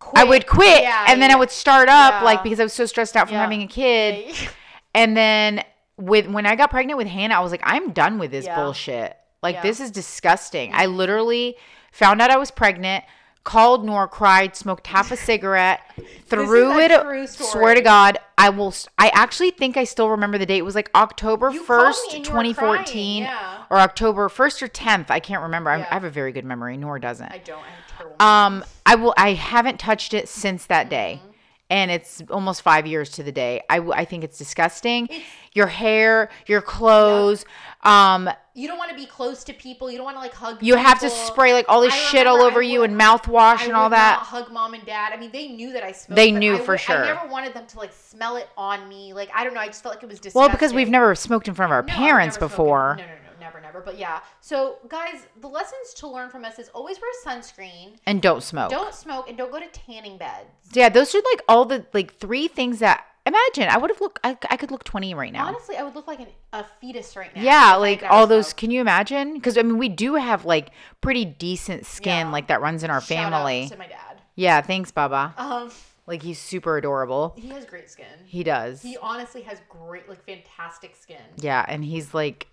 Quit. Mm-hmm. I would quit, Yeah, and then yeah. I would start up Yeah. like because I was so stressed out from Yeah. having a kid, Okay. and then with when I got pregnant with Hannah, I was like, I'm done with this Yeah. bullshit. Like Yeah. this is disgusting. I literally found out I was pregnant, called Nor, cried, smoked half a cigarette, threw is it. a true Swear story. to God, I will. s- I actually think I still remember the date. It was like October You called me first, and you were crying, 2014, yeah. or October first or 10th. I can't remember. I'm, Yeah. I have a very good memory. Nor doesn't. I don't. I have terrible. Um, I will. I haven't touched it since that day, Mm-hmm. and it's almost five years to the day. I, w- I think it's disgusting. your hair, your clothes. Um, you don't want to be close to people. You don't want to like hug. you have to people. spray like all this I shit all remember I over you would- and mouthwash I and all would that. Not hug mom and dad. I mean, they knew that I smoked. They but knew I for would- sure. I never wanted them to like smell it on me. Like I don't know. I just felt like it was disgusting. well, because we've never smoked in front of our No, I've parents never smoked it. before. No, no, no, never, never. But yeah. So guys, the lessons to learn from us is always wear sunscreen. And don't smoke. Don't smoke and don't go to tanning beds. Yeah, those are like all the like three things that imagine I would have looked. I, I could look twenty right now. Honestly, I would look like an, a fetus right now. Yeah, if I like never all those. smoked. Can you imagine? Because I mean, we do have like pretty decent skin, Yeah. like that runs in our Shout out family. to my dad. Yeah, thanks, Baba. Um, Like he's super adorable. he has great skin. He does. He honestly has great, like, fantastic skin. yeah, and he's like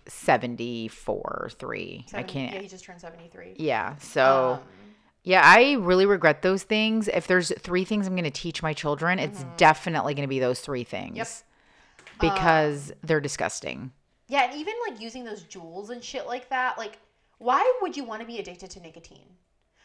74 or 3. I Seven- Yeah, can't. he Um, just turned seventy-three. Yeah, so yeah, I really regret those things. If there's three things I'm going to teach my children, it's definitely going to be those three things. Mm-hmm. Yep. Uh, Because they're disgusting. Yeah, and even like using those jewels and shit like that. Like, why would you want to be addicted to nicotine?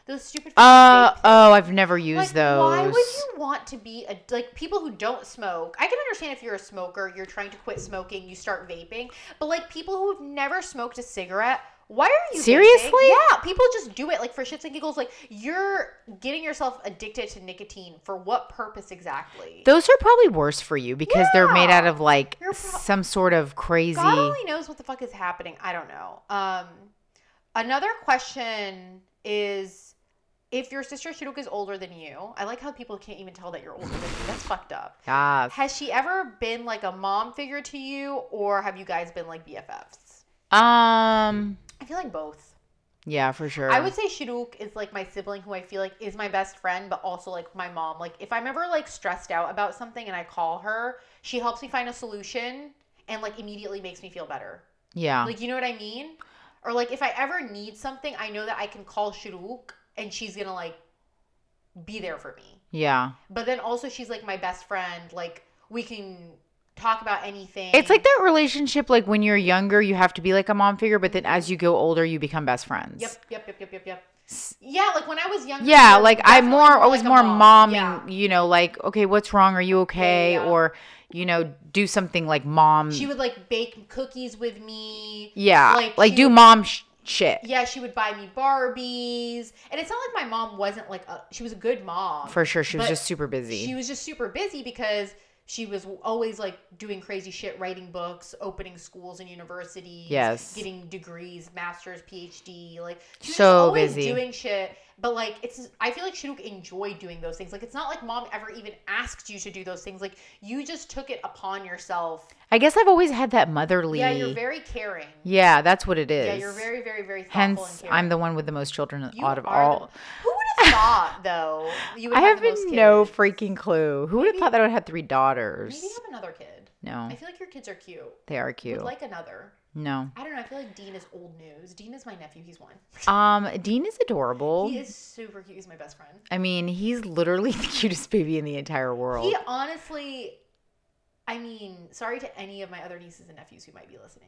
Those stupid. fucking Uh vape oh, I've never used Like, those. why would you want to be a, like people who don't smoke? I can understand if you're a smoker, you're trying to quit smoking, you start vaping, but like people who have never smoked a cigarette, Why are you big, big?" Seriously? Yeah, people just do it like for shits and giggles. Like you're getting yourself addicted to nicotine for what purpose exactly? Those are probably worse for you because they're made Yeah. out of like You're prob- some sort of crazy. God only knows what the fuck is happening. I don't know. Um, another question is if your sister Shiduk is older than you. I like how people can't even tell that you're older than you. That's fucked up. Yes. Has she ever been like a mom figure to you, or have you guys been like BFFs? Um. I feel like both. Yeah, for sure. I would say Shiduk is like my sibling who I feel like is my best friend, but also like my mom. Like if I'm ever like stressed out about something and I call her, she helps me find a solution and like immediately makes me feel better. Yeah. Like, you know what I mean? Or like, if I ever need something, I know that I can call Shiruk and she's gonna like be there for me. yeah. But then also, she's like my best friend. Like, we can talk about anything. It's like that relationship. Like when you're younger, you have to be like a mom figure, but then as you go older, you become best friends. Yep, yep, yep, yep, yep, yep. Yeah, like when I was younger. Yeah, you were like I definitely more I was like a more mom. momming, Yeah. you know, like okay, what's wrong? Are you okay? yeah. Or you know, do something like mom. She would like bake cookies with me. yeah, like, like, she do would- mom sh- shit Yeah, she would buy me Barbies, and it's not like my mom wasn't like a, she was a good mom for sure. She was but just super busy. She was just super busy because she was always like doing crazy shit, writing books, opening schools and universities, Yes. getting degrees, masters, PhD. Like she was So just always busy. doing shit. But like it's, I feel like Shinook enjoyed doing those things. Like it's not like mom ever even asked you to do those things. Like you just took it upon yourself. I guess I've always had that motherly. Yeah, you're very caring. Yeah, that's what it is. Yeah, you're very, very, very thoughtful and Hence, caring. I'm the one with the most children You out of are the- all. Who would have thought though? You would I have have the most no kids? freaking clue. Who would have Maybe- thought that I would have three daughters? Maybe have another kid. no, I feel like your kids are cute. they are cute. Would like another. no. I don't know. I feel like Dean is old news. Dean is my nephew. He's one. Um, Dean is adorable. He is super cute. He's my best friend. I mean, he's literally the cutest baby in the entire world. He honestly, I mean, sorry to any of my other nieces and nephews who might be listening.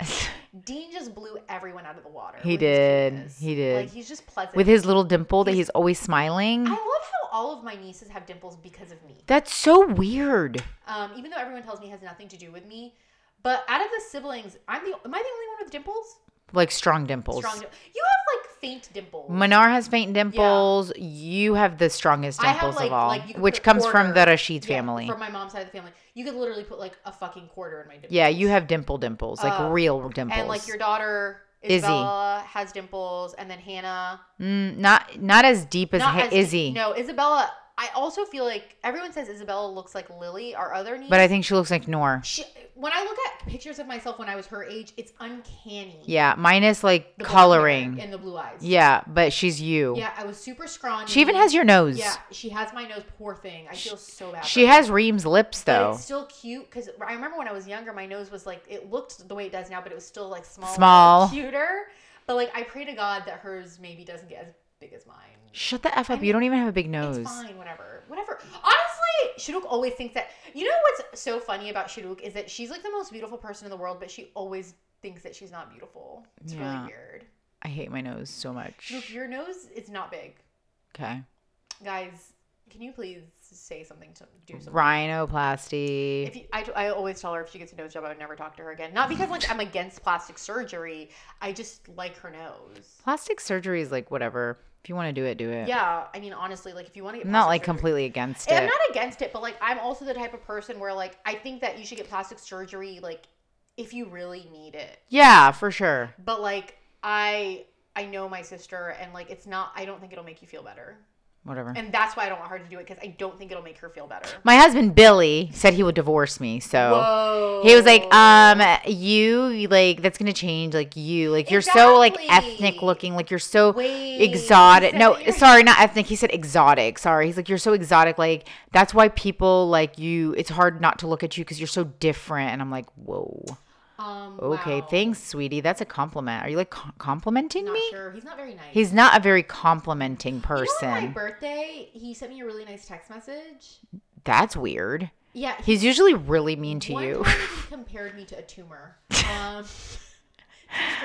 Dean just blew everyone out of the water. He with his did. cuteness. He did. Like he's just pleasant. with his little dimple that He's- he's always smiling. I love how all of my nieces have dimples because of me. That's so weird. Um, even though everyone tells me it has nothing to do with me, but out of the siblings, I'm the am I the only one with dimples? Like strong dimples. Strong. Dim- you have like faint dimples. Manar has faint dimples. You have the strongest I have, dimples like- of all, like, you could put which a comes from the quarter- Rashid Yeah, family. from my mom's side of the family. You could literally put like a fucking quarter in my dimples. yeah, you have dimple dimples, like Uh, real dimples. And like your daughter Izzy. Isabella has dimples, and then Hannah. mm, not not as deep as, hi- as deep- Izzy, No, Isabella. I also feel like everyone says Isabella looks like Lily, our other niece. but I think she looks like Nor. she, when I look at pictures of myself when I was her age, it's uncanny. Yeah, minus like The black hair coloring. and the blue eyes. Yeah, but she's you. yeah. I was super scrawny. She even has your nose. Yeah, she has my nose. Poor thing. I feel so bad. She for her. has Reem's lips But though. it's still cute because I remember when I was younger, my nose was like it looked the way it does now, but it was still like small, Small. cuter. But like I pray to God that hers maybe doesn't get as big as mine. Shut the f up. mean, you don't even have a big nose. It's fine, whatever, whatever. Honestly, Shiruk always thinks that. You know what's so funny about Shiruk is that she's like the most beautiful person in the world, but she always thinks that she's not beautiful. It's Yeah. really weird. I hate my nose so Shiruk, much. your nose is not big, Okay. guys. Can you please say something to do something? Rhinoplasty. If you, I, I always tell her if she gets a nose job, I would never talk to her again. Not because like I'm against plastic surgery. I just like her nose. Plastic surgery is like whatever. If you want to do it, do it. Yeah, I mean honestly, like if you want to get I'm not like plastic surgery- completely against And it. I'm not against it, but like I'm also the type of person where like I think that you should get plastic surgery like if you really need it. yeah, for sure. But like I I know my sister and like it's not I don't think it'll make you feel better. Whatever. And that's why I don't want her to do it cuz I don't think it'll make her feel better. My husband Billy said he will divorce me, so Whoa. he was like, um, you like that's gonna change, like you, like you're so like Exactly. ethnic looking, like you're so Wait, he exotic. said No, that you're- sorry, not ethnic. He said exotic. Sorry, he's like you're so exotic. Like that's why people like you. It's hard not to look at you because you're so different. And I'm like, whoa. Um, Okay, wow. thanks, sweetie. That's a compliment. Are you like co- complimenting Not me? sure. He's not very nice. He's not a very complimenting You know, on person. my birthday, he sent me a really nice text message. That's weird. Yeah, he, He's usually really mean to one you. time he compared me to a tumor. Um, true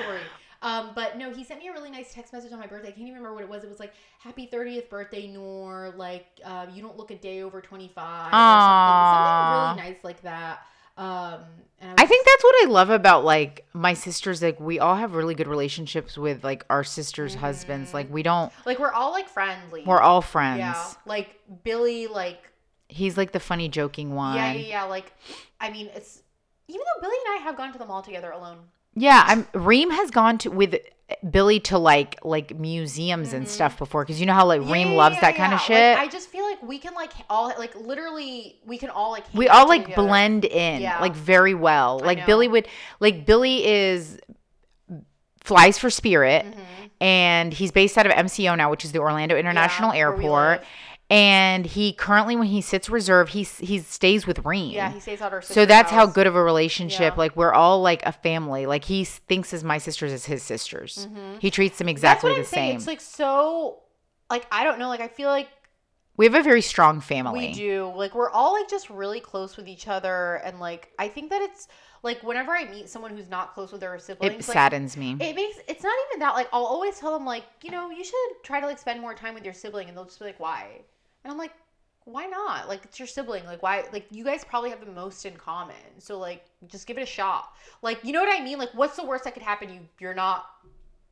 story. Um, but no, he sent me a really nice text message on my birthday. I can't even remember what it was. It was like "Happy 30th birthday, Noor. Like uh, you don't look a day over 25." Or something. Aw. something really nice like that. Um, and I, I think that's what I love about like my sisters. Like we all have really good relationships with like our sisters' husbands. Like we don't. like we're all like friendly. We're all friends. Mm-hmm. yeah, like Billy, like He's like the funny joking one. yeah, yeah, yeah. Like, I mean, it's even though Billy and I have gone to the mall together alone. Yeah, I'm Reem has gone to with Billy to like like museums and stuff before because you know how like Reem Mm-hmm. Yeah, loves yeah, that kind yeah. of Like, shit. I just feel like we can like all like literally we can all like hang we out all like together. blend in Yeah. like very well. I Like Billy know. would like Billy is flies for Spirit Mhm. and he's based out of MCO now, which is the Orlando International where we Airport. live. And he currently when he sits reserve, he s- he stays with Reem. Yeah, he stays out our. so that's how sister's good of a relationship. Yeah. Like we're all like a family. Like he s- thinks as my sisters as his sisters. house. Mhm. He treats them That's exactly what I'm the saying. same. It's like so, like I don't know. Like I feel like We have a very strong family. we do. Like we're all like just really close with each other, and like I think that it's like whenever I meet someone who's not close with their It siblings, like, saddens me. It makes it's not even that like I'll always tell them like you know you should try to like spend more time with your sibling and they'll just be like why and I'm like why not like it's your sibling like why like you guys probably have the most in common so like just give it a shot like you know what I mean like what's the worst that could happen you you're not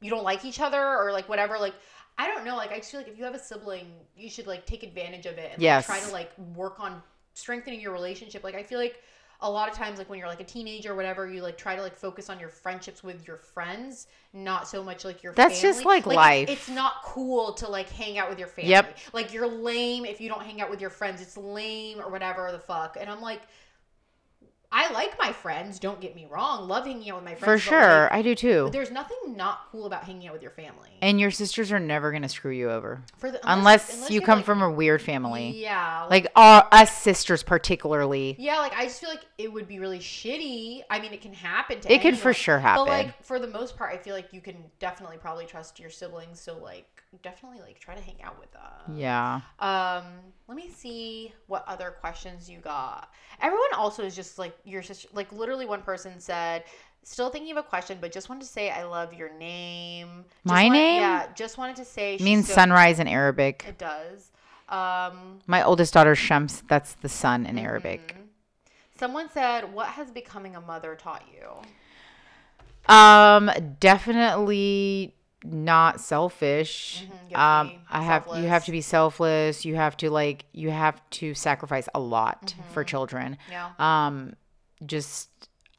you don't like each other or like whatever like I don't know like I just feel like if you have a sibling you should like take advantage of it and Yes. like, try to like work on strengthening your relationship like I feel like a lot of times like when you're like a teenager or whatever you like try to like focus on your friendships with your friends not so much like your That's family. just, like, it's- life. it's not cool to like hang out with your family Yep. like you're lame if you don't hang out with your friends it's lame or whatever the fuck and i'm like i like my friends don't get me wrong love hanging out with my friends For but, sure. like, I do too. there's nothing not cool about hanging out with your family And your sisters are never going to screw you over. For the- Unless, you you're, come like- from a weird family. yeah Like our, us sisters, particularly. Yeah, like I just feel like it would be really shitty. I mean, it can happen to It could for anyone, sure But happen. like for the most part, I feel like you can definitely probably trust your siblings. So like definitely like try to hang out with them. Yeah. Um, let me see what other questions you got. Everyone also is just like your sister. Like literally, one person said, "Still thinking of a question, but just wanted to say I love your name." Just My wanted- name? Yeah, just wanted to say she's means so- sunrise in Arabic. It does. Um, My oldest daughter, Shams, that's the sun in Arabic. Mhm. Someone said, "What has becoming a mother taught you?" Um, definitely not selfish. Mhm, you have um, to be I have you have selfless. to be selfless. You have to like you have to sacrifice a lot Mm-hmm. for children. Yeah. um just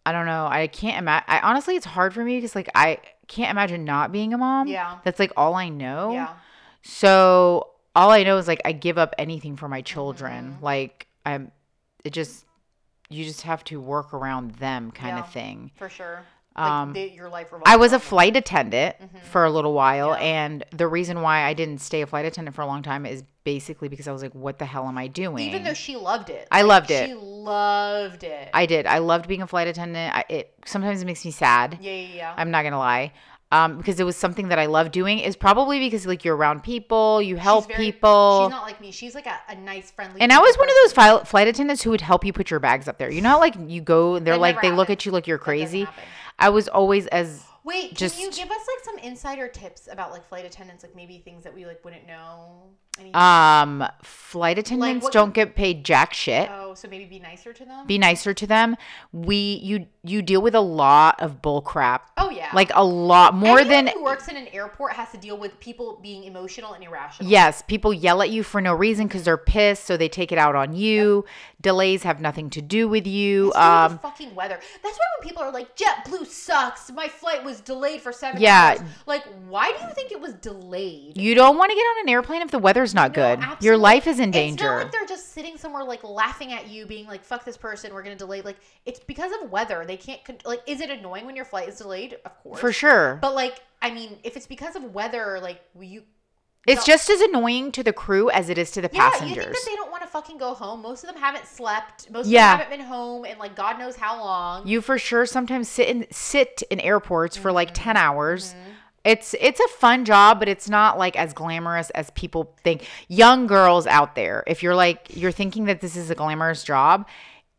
i don't know i can't imagine i honestly it's hard for me because like i can't imagine not being a mom Yeah. that's like all i know Yeah. so all i know is like i give up anything for my children Mhm. like i'm it just you just have to work around them kind Yeah. of thing For sure. Like um the, your life revolves. I was a around them. flight attendant Mhm. for a little while, Yeah. and the reason why I didn't stay a flight attendant for a long time is basically because I was like, "What the hell am I doing?" Even though she loved it. I loved she it. She loved it. I did. I loved being a flight attendant. I, it sometimes it makes me sad. yeah, yeah, yeah. I'm not gonna lie, um, because it was something that I love doing. Is probably because like you're around people, you help very- people, She's not like me. She's like a, a nice, friendly. and I was one of those people fil- flight attendants who would help you put your bags up there. You know, how, like you go, they're That like never they look happened. at you like you're person. That doesn't crazy. happen. I was always as Wait, can you Just- give us like some insider tips about like flight attendants, like maybe things that we like wouldn't know? Anything? um flight attendants what don't get paid jack shit. oh, so maybe be nicer to them. Be nicer to them. We you you deal with a lot of bull crap, oh yeah, like a lot more Anyone than who works in an airport has to deal with people being emotional and irrational. Yes, people yell at you for no reason because they're pissed, so they take it out on you. Delays have nothing to do with you. It's really the Um, fucking weather. That's why when people are like, JetBlue sucks. My flight was delayed for seven Yeah. hours. Like, why do you think it was delayed? you don't want to get on an airplane if the weather's not No, good. Your absolutely. life is in It's not danger. like they're just sitting somewhere like laughing at you, being like, "Fuck this person, we're gonna delay." Like, it's because of weather. They can't con- like. Is it annoying when your flight is delayed? Of course, for sure. But like, I mean, if it's because of weather, like you, it's just as annoying to the crew as it is to the yeah, you think passengers. that they don't want to fucking go home. Most of them haven't slept. Most Yeah. of them haven't been home in like God knows how long. you for sure sometimes sit in sit in airports for like 10 Mm-hmm. hours. It's it's a fun job, but it's not like as glamorous as people think. Young girls out there, if you're like you're thinking that this is a glamorous job,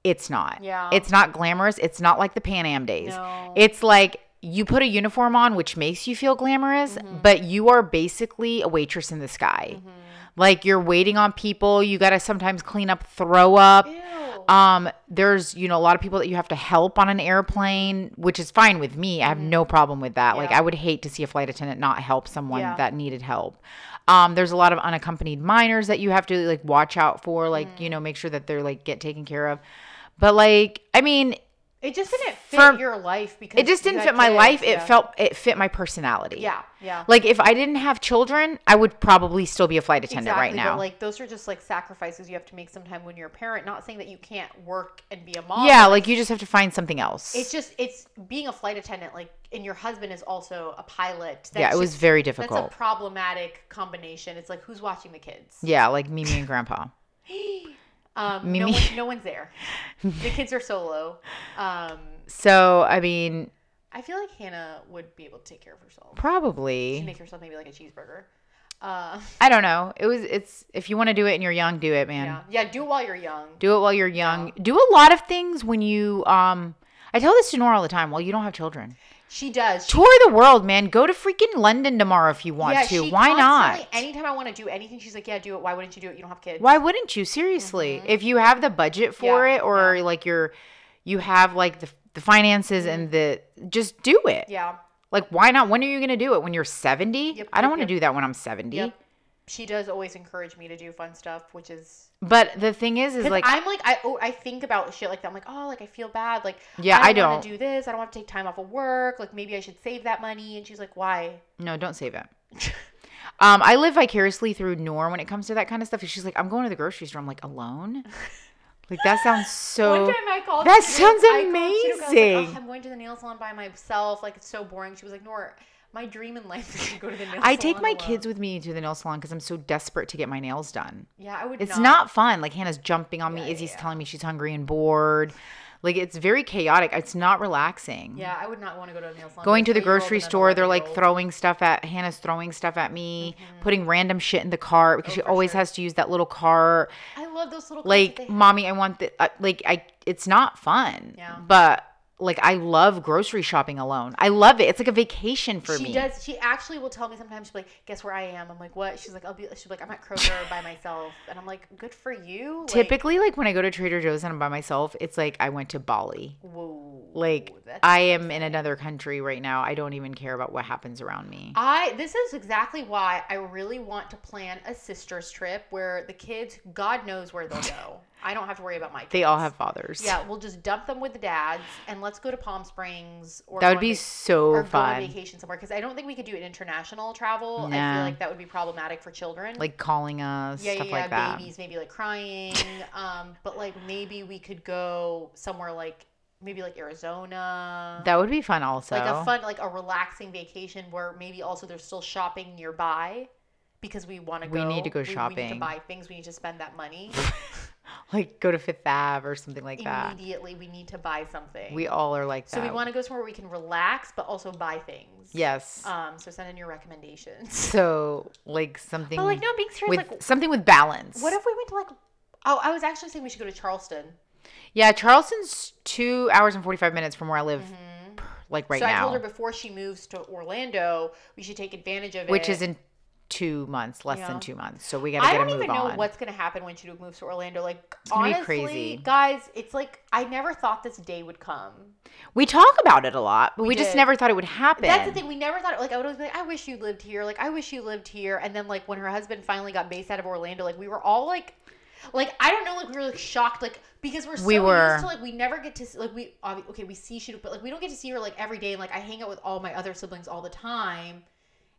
it's not. Yeah. It's not glamorous. It's not like the Pan Am days. No. It's like you put a uniform on which makes you feel glamorous, Mm-hmm. but you are basically a waitress in the sky. Like you're waiting on people, you got to sometimes clean up throw up. Ew. Um, there's, you know, a lot of people that you have to help on an airplane, which is fine with me. I have no problem with that. Like Mm-hmm. Yeah. I would hate to see a flight attendant not help someone Yeah. that needed help. Um, there's a lot of unaccompanied minors that you have to like watch out for, like, Mm. you know, make sure that they're like get taken care of. But like, I mean, It just didn't fit For- your life because it just you didn't had fit my kids, life. It yeah. felt it fit my personality. yeah, yeah. Like if I didn't have children, I would probably still be a flight attendant right Exactly, now. But like those are just like sacrifices you have to make sometime when you're a parent. Not saying that you can't work and be a mom. yeah, like you just have to find something else. It's just it's being a flight attendant, like and your husband is also a pilot. That's yeah, it was just- very that's difficult. a problematic combination. It's like who's watching the kids? yeah, like Mimi and Grandpa. Um, no, Mimi. one, no one's there. The kids are solo. Um, So I mean, I feel like Hannah would be able to take care of herself. She'd probably. make herself maybe like a cheeseburger. Uh, I don't know. It was. It's if you want to do it and you're young, do it, man. yeah, yeah. Do it while you're young. Do it while you're young. Do a lot of things when you. Um, I tell this to Nora all the time. Well, you don't have children. She does. She Tour the world, man. Go to freaking London tomorrow if you want yeah, to. she Why not? constantly- Anytime I want to do anything, she's like, "Yeah, do it. Why wouldn't you do it? You don't have kids." Why wouldn't you? Seriously, if you have the budget for Mm-hmm. Yeah, it, or like you're, you have like the the finances and the just do it. Mm-hmm. Yeah. Like, why not? When are you gonna do it? When you're seventy? Yep, I don't yep, want to yep. do that when I'm seventy. Yep. She does always encourage me to do fun stuff, which is But the thing is, is because like I'm like I oh, I think about shit like that. I'm like, oh, like I feel bad. Like Yeah, I wanna don't. do this. I don't want to take time off of work. Like maybe I should save that money. And she's like, why? No, don't save it. um, I live vicariously through Nor when it comes to that kind of stuff. She's like, I'm going to the grocery store. I'm like, alone? Like that sounds so. One time I called. that Chinook- sounds I called Chinook, I was like, amazing. "Ugh, I'm going to the nail salon by myself. Like it's so boring. She was like, Nora, my dream in life is to go to the nail salon. I take my alone." kids with me to the nail salon because I'm so desperate to get my nails done. Yeah, I would. It's not. not fun. Like Hannah's jumping on me. Yeah, yeah, Izzy's yeah. telling me she's hungry and bored. Like it's very chaotic. It's not relaxing. Yeah, I would not want to go to a nail salon. Going with to an the eight-year-old grocery and an store, they're like 11-year-old. throwing stuff at Hannah's throwing stuff at me, putting random shit in the cart because she Mm-hmm. Oh, for always sure. has to use that little cart. I love those little. carts that they like have. mommy i want the uh, like i it's not fun Yeah. but like i love grocery shopping alone i love it it's like a vacation for she me does. She actually will tell me sometimes. She's like, "Guess where I am?" I'm like, "What?" She's like, "I'll be." She's like, "I'm at Kroger by myself," and I'm like, "Good for you." Like, typically like when i go to trader joe's and i'm by myself it's like i went to bali whoa. like that's i am in another country right now i don't even care about what happens around me I this is exactly why I really want to plan a sisters trip where the kids, God knows where they'll go. I don't have to worry about my kids. they all have fathers Yeah, we'll just dump them with the dads and let's go to Palm Springs. Or that go would on be vac- so or go on fun vacation somewhere because I don't think we could do an international travel. I Nah. feel like that would be problematic for children. like calling us yeah, stuff yeah, like yeah, that babies maybe like crying. um, but like maybe we could go somewhere like maybe like Arizona. that would be fun also like a fun, like a relaxing vacation where maybe also there's still shopping nearby because we want to We go. need to go We need to shopping. buy things. We need to spend that money like go to fifth ave or something like that immediately. We need to buy something. we all are like so we that. want to go somewhere where we can relax but also buy things. yes Um. So send in your recommendations. So like something But like no, being serious. with Like, something with balance. what if we went to like? Oh, I was actually saying we should go to Charleston. yeah, Charleston's two hours and forty five minutes from where I live, like right Mm-hmm. so I now, told her before she moves to Orlando, we should take advantage of it. which is in two months, less Yeah. than two months. So we gotta I get a don't move even know on. what's gonna happen when Chinook moves to Orlando. Like gonna be honestly, crazy. guys, it's like I never thought this day would come. we talk about it a lot, but we, just did. never thought it would happen. That's the thing. We never thought like I would always be like, I wish you lived here. Like I wish you lived here. And then like when her husband finally got based out of Orlando, like we were all like. Like I don't know, like we were like shocked, like because we're so We were. used to like we never get to s- like we obvi- okay we see Chinook, but like we don't get to see her like every day. And, like I hang out with all my other siblings all the time,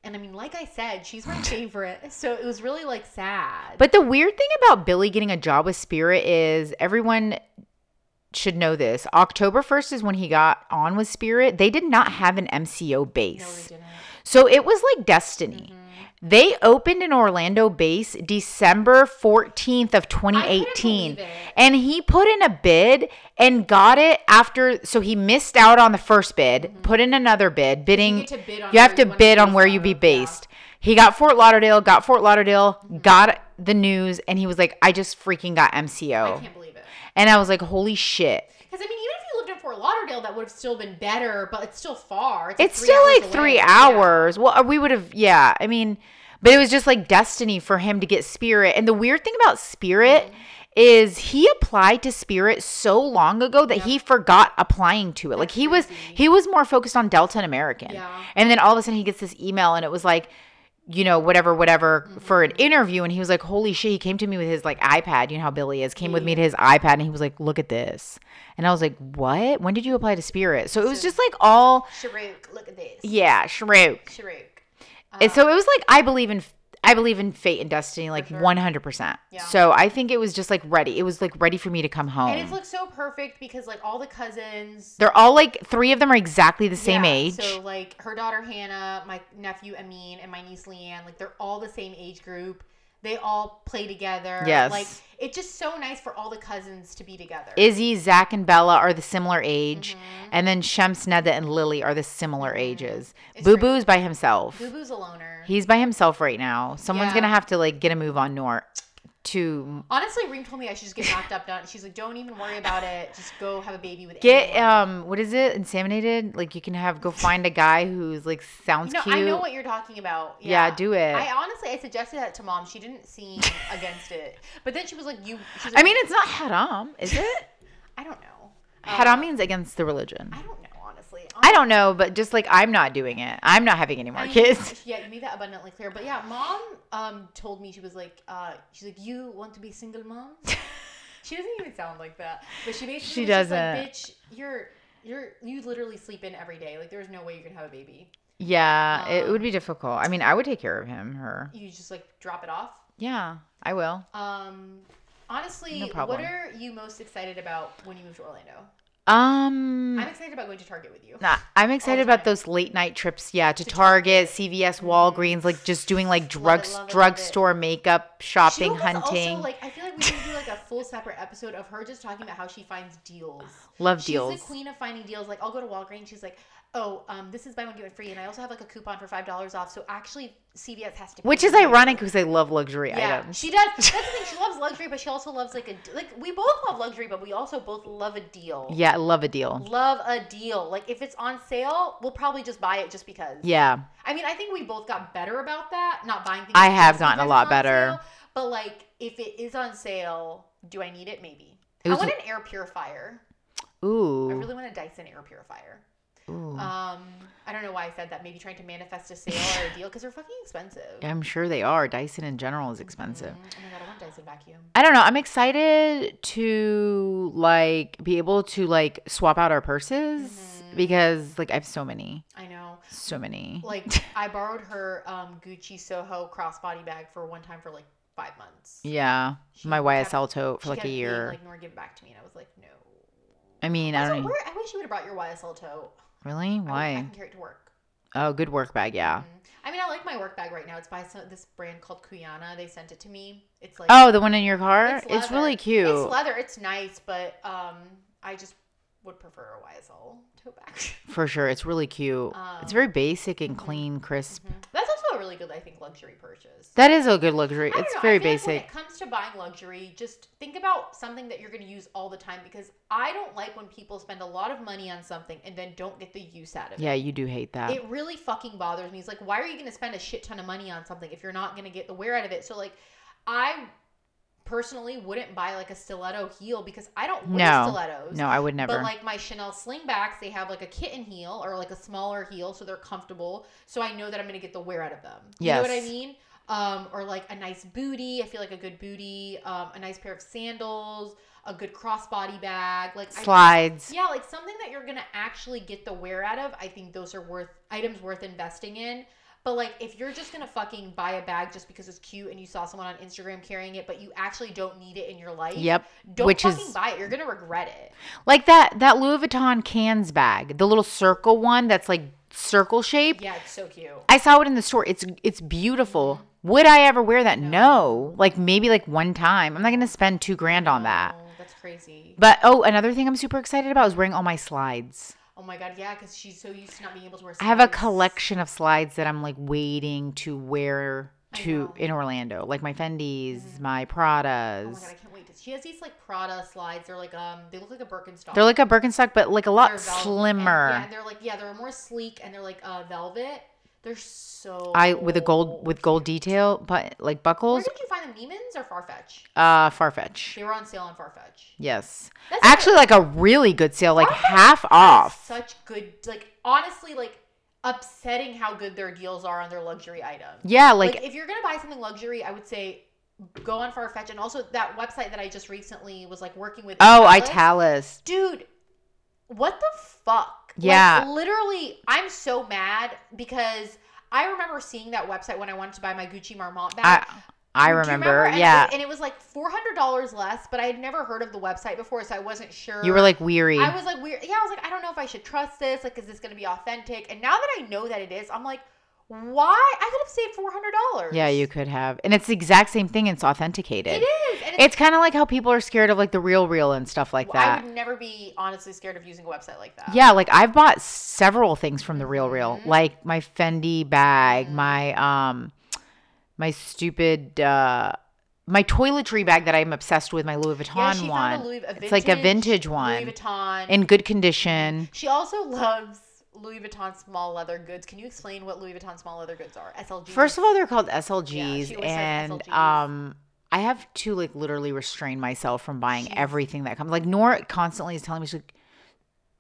and I mean, like I said, she's my favorite, so it was really like sad. But the weird thing about Billy getting a job with Spirit is everyone should know this. October first is when he got on with Spirit. They did not have an MCO base. no, we didn't. So it was like destiny. Mm-hmm. They opened an Orlando base December 14th of 2018 believe it. and he put in a bid and got it after so he missed out on the first bid, Mm-hmm. put in another bid, bidding get to bid on you have where to you wanna bid be on where based you out be of, yeah. based. He got Fort Lauderdale, got Fort Lauderdale, Mm-hmm. got the news and he was like I just freaking got I MCO. can't believe it. and I was like holy shit. Because I mean, even if you lived in Fort Lauderdale, that would have still been better, but it's still far. it's three still hours like away. three Yeah. hours. Well, uh, we would have, yeah. I mean, but it was just like destiny for him to get Spirit. And the weird thing about Spirit Mm-hmm. is he applied to Spirit so long ago that he forgot applying to it. Like he was crazy. he was more focused on Delta and American. Yeah. And then all of a sudden he gets this email and it was like you know whatever whatever Mm-hmm. for an interview and he was like holy shit he came to me with his like iPad you know how Billy is came with me to his iPad and he was like look at this and I was like what when did you apply to Spirit so it was just like all Sharuk, look at this. yeah Shrook Sharuk. and so it was like I believe in I believe in fate and destiny like Ah. sure. 100%. Yeah. So I think it was just like ready. It was like ready for me to come home. And it's like so perfect because like all the cousins. Um. They're all like three of them are exactly the same Yeah, age. So like her daughter Hannah, my nephew Amin, and my niece Leanne, like they're all the same age group. They all play together. Yes. Like it's just so nice for all the cousins to be together. Izzy, Zach, and Bella are the similar age. Mm-hmm. And then Shems, Neda, and Lily are the similar ages. It's Boo great. Boo's by himself. Boo Boo's a loner. He's by himself right now. Someone's Yeah. going to have to like get a move on Nor to Honestly, Reem told me I should just get knocked up. Done. She's like, don't even worry about it. Just go have a baby with. get anyone." um what is it? Inseminated? Like you can have go find a guy who's like sounds You know, cute. I know what you're talking about. Yeah, do it. I honestly, I suggested that to mom. She didn't seem against it, but then she was like, "You." She's like, I mean, it's not haram, is it? I don't know. Haram Um, means against the religion. I don't know, honestly. I don't know, but just like I'm not doing it. I'm not having any more I mean, kids. Yeah, you made that abundantly clear. But yeah, mom um told me she was like, uh, she's like, you want to be a single mom? she doesn't even sound like that, but she basically She was just doesn't. Like, Bitch, you're you're you literally sleep in every day. Like, there's no way you can have a baby. Yeah, it Um, would be difficult. I mean, I would take care of him, her. You just like drop it off. Yeah, I will. Um, honestly, No what problem. are you most excited about when you move to Orlando? Um, I'm excited about going to Target with you. nah, I'm excited time. about those late night trips. Yeah, to Target, CVS, Walgreens, like just doing like drug love it, love it. drugstore makeup shopping, She was hunting. Also, like, I feel like we should do like a full separate episode of her just talking about how she finds deals. Love She's deals. the queen of finding deals. Like I'll go to Walgreens. She's like, oh, um, this is buy one get one free, and I also have like a coupon for five dollars off. So actually, CVS has to. pay Which is me." ironic because I love luxury Yeah, items. she does. That's the thing. She loves luxury, but she also loves like a like. We both love luxury, but we also both love a deal. Yeah, I love a deal. Love a deal. Like if it's on sale, we'll probably just buy it just because. Yeah. I mean, I think we both got better about that, not buying things. I have just gotten a because lot it's on better. sale, but like, if it is on sale, do I need it? Maybe. It was- I want an air purifier. Ooh. I really want a Dyson air purifier. Ooh. Um, I don't know why I said that. Maybe trying to manifest a sale or a deal because they're fucking expensive. I'm sure they are. Dyson in general is expensive. Mm, Oh my god, I want a Dyson vacuum. I don't know. I'm excited to like be able to like swap out our purses because like I have so many, I know. so many. Mm-hmm. Like I borrowed her um Gucci Soho crossbody bag for one time for like five months. yeah, She my kept- YSL tote She for like kept a being year. Like Nor, give it back to me, and I was like, no. I mean, I Also, don't know. where- I wish you would have brought your YSL tote. really. I, mean, I Why? can carry it to work. Oh, good work bag. Yeah. Mhm. I mean, I like my work bag right now. It's by some, this brand called Kuyana. They sent it to me. It's like Oh, the one in your car. It's, leather. really cute. It's leather. It's nice, but um, I just would prefer a YSL tote bag. for sure. It's really cute. it's Um, very basic and clean, crisp. That's also a really good, I think, luxury purchase. That is a good luxury. I don't It's know, I very feel like basic. when it comes to buying luxury, just think about something that you're going to use all the time because I don't like when people spend a lot of money on something and then don't get the use out of it. yeah, you do hate that. It really fucking bothers me. It's like, why are you going to spend a shit ton of money on something if you're not going to get the wear out of it? So, like, I personally wouldn't buy like a stiletto heel because I don't wear No. stilettos. no, I would never. But like my Chanel slingbacks, they have like a kitten heel or like a smaller heel, so they're comfortable. So I know that I'm gonna get the wear out of them. You know what I Yes. mean? Um, or like a nice booty. I feel like a good booty, um, a nice pair of sandals, a good crossbody bag, like I- Slides. yeah, like something that you're gonna actually get the wear out of. I think those are worth items worth investing in. But like, if you're just gonna fucking buy a bag just because it's cute and you saw someone on Instagram carrying it, but you actually don't need it in your life, Yep. don't which fucking is- buy it. You're gonna regret it. Like that that Louis Vuitton cans bag, the little circle one that's like circle shape. Yeah, it's so cute. I saw it in the store. It's it's beautiful. Would I ever wear that? No. Like maybe like one time. I'm not gonna spend two grand on that. Oh, that's crazy. But oh, another thing I'm super excited about is wearing all my slides. Oh my god, yeah, because she's so used to not being able to wear. I have a slides. collection of slides that I'm like waiting to wear to know. Mm-hmm. in Orlando, like my Fendi's, my Oh my Pradas. god, I can't wait. to- She has these like Prada slides. They're like um, they look like a Birkenstock. They're like a Birkenstock, but like a lot They're velvet. And- slimmer. yeah, and they're like yeah, they're more sleek and they're like uh, velvet. They're so. I with a gold with gold detail, but like Where buckles, did you find them? Neiman's or Farfetch? uh, Farfetch. They were on sale on Farfetch. Yes, That's actually, like a really good sale, like half off. Such good, like honestly, like upsetting how good their deals are on their luxury items. Yeah, Like, like if you're gonna buy something luxury, I would say go on Farfetch and also that website that I just recently was like working with. oh, Alice. Italis. dude what the fuck Like, Yeah. literally i'm so mad because i remember seeing that website when i wanted to buy my gucci marmont bag I I Do you remember. And it Yeah, was- and it was like $400 less but i had never heard of the website before so i wasn't sure you were like weary. i was like weird yeah i was like i don't know if i should trust this like is this gonna be authentic and now that i know that it is i'm like why i could have saved $400 yeah, you could have, and it's the exact same thing. It's authenticated. it is and it's, It's kind of like how people are scared of like the real, real and stuff like i that. would never be honestly scared of using a website like that Yeah, like I've bought several things from the Real Real, Mhm. like my Fendi bag, Mhm. my um, my stupid uh, my toiletry bag that I'm obsessed with, my Louis Vuitton yeah, she one, found a Louis, a vintage, It's like a vintage one. Louis Vuitton. in good condition. She also loves Louis Vuitton small leather goods. Can you explain what Louis Vuitton small leather goods are? SLG. First of all, they're called SLGs, always says and SLGs. um, I have to like literally restrain myself from buying Jeez. everything that comes. Like Nora constantly is telling me, she's like,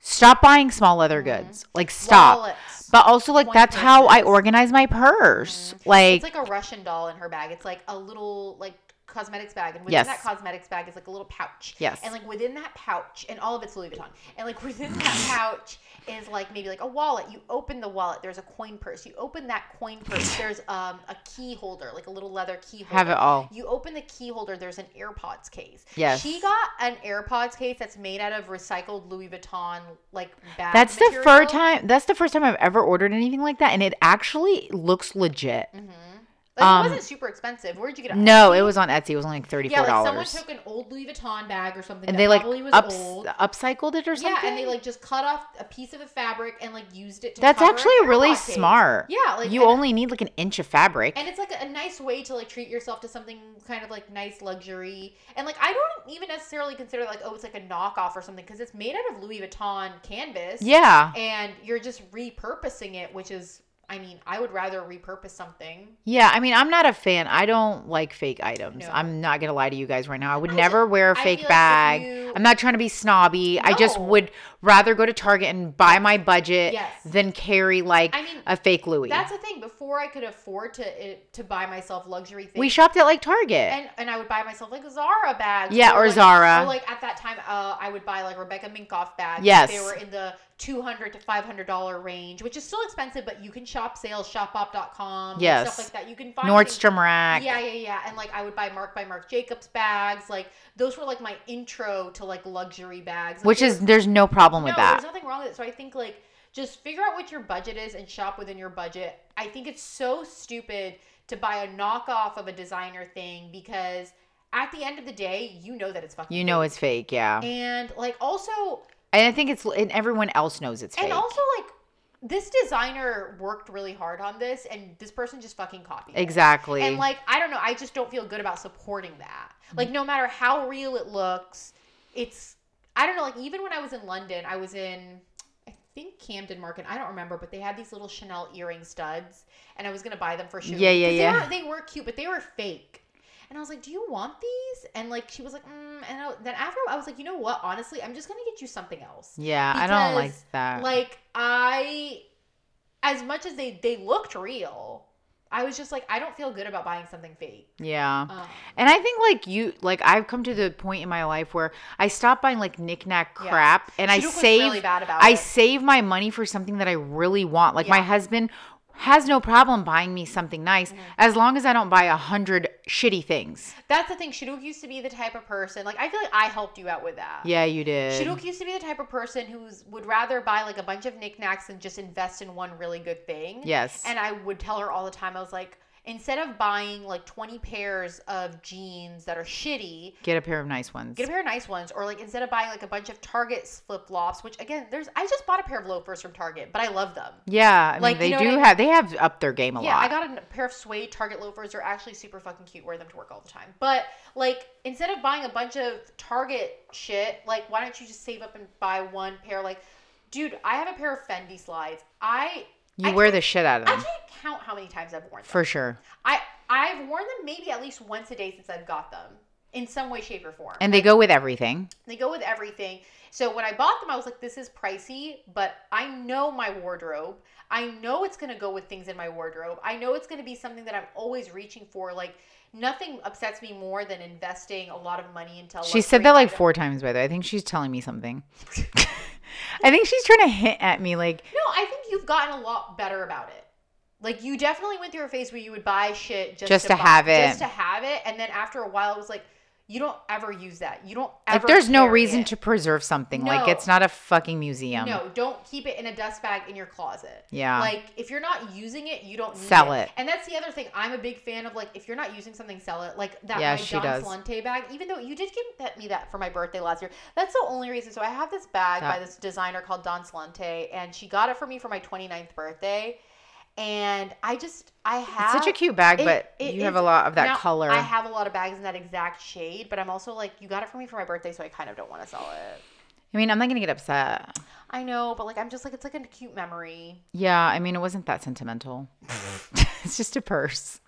"Stop buying small leather Mhm. goods. Like stop." Wallets. But also, like Coin that's how I purses. organize my purse. Like, Mm-hmm. it's like a Russian doll in her bag. It's like a little like cosmetics bag, and within Yes. that cosmetics bag is like a little pouch. yes, And like within that pouch, and all of it's Louis Vuitton, and like within that pouch is like maybe like a wallet. You open the wallet, there's a coin purse. You open that coin purse, there's um, a key holder, like a little leather key holder. have it all. You open the key holder, there's an AirPods case. Yes. She got an AirPods case that's made out of recycled Louis Vuitton like bag. That's the material. first time. That's the first time I've ever ordered anything like that, and it actually looks legit. Mhm. Like, Um, it wasn't super expensive. Where'd you get it? No, Etsy? it was on Etsy. It was only like thirty Yeah, four like dollars, someone took an old Louis Vuitton bag or something and that they like probably was ups, old. upcycled it or something. Yeah, and they like just cut off a piece of the fabric and like used it to that's cover actually an really AirPod case. smart. Yeah, like you and- only need like an inch of fabric. And it's like a, a nice way to like treat yourself to something kind of like nice luxury. And like I don't even necessarily consider like oh it's like a knockoff or something because it's made out of Louis Vuitton canvas. yeah, And you're just repurposing it, which is I mean I would rather repurpose something. yeah. I mean, I'm not a fan. I don't like fake items. No. I'm not gonna lie to you guys right now. I would I ju- never wear a I fake feel like if bag. you- I'm not trying to be snobby. I just No. would rather go to Target and buy my budget Yes. than carry like I mean, a fake Louis. That's the thing. Before I could afford to it, to buy myself luxury things, We shopped at like Target. and and I would buy myself like Zara bags. Yeah, or like, Zara. Or like at that time, uh, I would buy like Rebecca Minkoff bags. if Yes. they were in the two hundred to five hundred dollar range, which is still expensive, but you can shop sales, shopop.com, like, Yes. stuff like that. You can find things- Nordstrom Rack. Yeah, yeah, yeah. And like I would buy Mark by Mark Jacobs bags. Like those were like my intro to like luxury bags, Like, Which they were- is there's no problem with no, that. There's nothing wrong with it. So I think like just figure out what your budget is and shop within your budget. I think it's so stupid to buy a knockoff of a designer thing because at the end of the day, you know that it's fucking You know fake. it's fake, yeah. And, And like also I think it's and everyone else knows it's fake. and also like this designer worked really hard on this and this person just fucking copied. it. exactly. And like I don't know, I just don't feel good about supporting that. Like no matter how real it looks, it's I don't know, like even when I was in London, I was in I think Camden Market, I don't remember, but they had these little Chanel earring studs and I was gonna buy them for shoes. Yeah, yeah, 'Cause they yeah. were- They were, cute, but they were fake. And I was like, "Do you want these?" And like she was like, mm. and I, then after I was like, "You know what? Honestly, I'm just gonna get you something else." yeah, I don't like because, that. Like I, as much as they they looked real, I was just like, I don't feel good about buying something fake. yeah. Um, And I think like you like I've come to the point in my life where I stop buying like knickknack Yeah. crap and I Chinook was save really bad about I it. save my money for something that I really want. Like my Yeah. husband has no problem buying me something nice Mm-hmm. as long as I don't buy a hundred shitty things. That's the thing. Shiduk used to be the type of person. Like I feel like I helped you out with that. Yeah, you did. Shiduk used to be the type of person who would rather buy like a bunch of knickknacks and just invest in one really good thing. Yes. And I would tell her all the time. I was like, instead of buying like twenty pairs of jeans that are shitty, Get a pair of nice ones. Get a pair of nice ones, or like instead of buying like a bunch of Target flip flops, which again, there's I just bought a pair of loafers from Target, but I love them. yeah, I mean, Like, you they know what do I- have they have up their game a yeah, lot. I got a pair of suede Target loafers. They're actually super fucking cute. Wear them to work all the time. But like instead of buying a bunch of Target shit, like why don't you just save up and buy one pair? Like, dude, I have a pair of Fendi slides. I You I wear the shit out of I them can't count how many times I've worn them. for sure, I I've worn them maybe at least once a day since I've got them in some way, shape, or form. and they go with everything. They go with everything. So when I bought them, I was like, this is pricey, but I know my wardrobe. I know it's going to go with things in my wardrobe. I know it's going to be something that I'm always reaching for. Like, nothing upsets me more than investing a lot of money into. a She luxury said that like item. four times by the way. I think she's telling me something. I think she's trying to hint at me like No, I think you've gotten a lot better about it. Like you definitely went through a phase where you would buy shit just, Just to buy- have it. just to have it, and then after a while, it was like you don't ever use that. You don't ever. like there's no carry reason it. to um, preserve something. Like No. it's not a fucking museum. No, don't keep it in a dust bag in your closet. Yeah. Like if you're not using it, you don't need Sell it. And that's the other thing. I'm a big fan of like if you're not using something, sell it. Like that Yeah, my she Don does. Salente bag. Even though you did give that, me that for my birthday last year, that's the only reason. So I have this bag Yeah. by this designer called Don Salente, and she got it for me for my 29th birthday. And I just I have it's such a cute bag, it- but it you have is- a lot of that now, color. I have a lot of bags in that exact shade, but I'm also like, you got it for me for my birthday, so I kind of don't want to sell it. I mean, I'm not gonna get upset. I know, but like I'm just like it's like a cute memory. Yeah, I mean, it wasn't that sentimental. it's just a purse.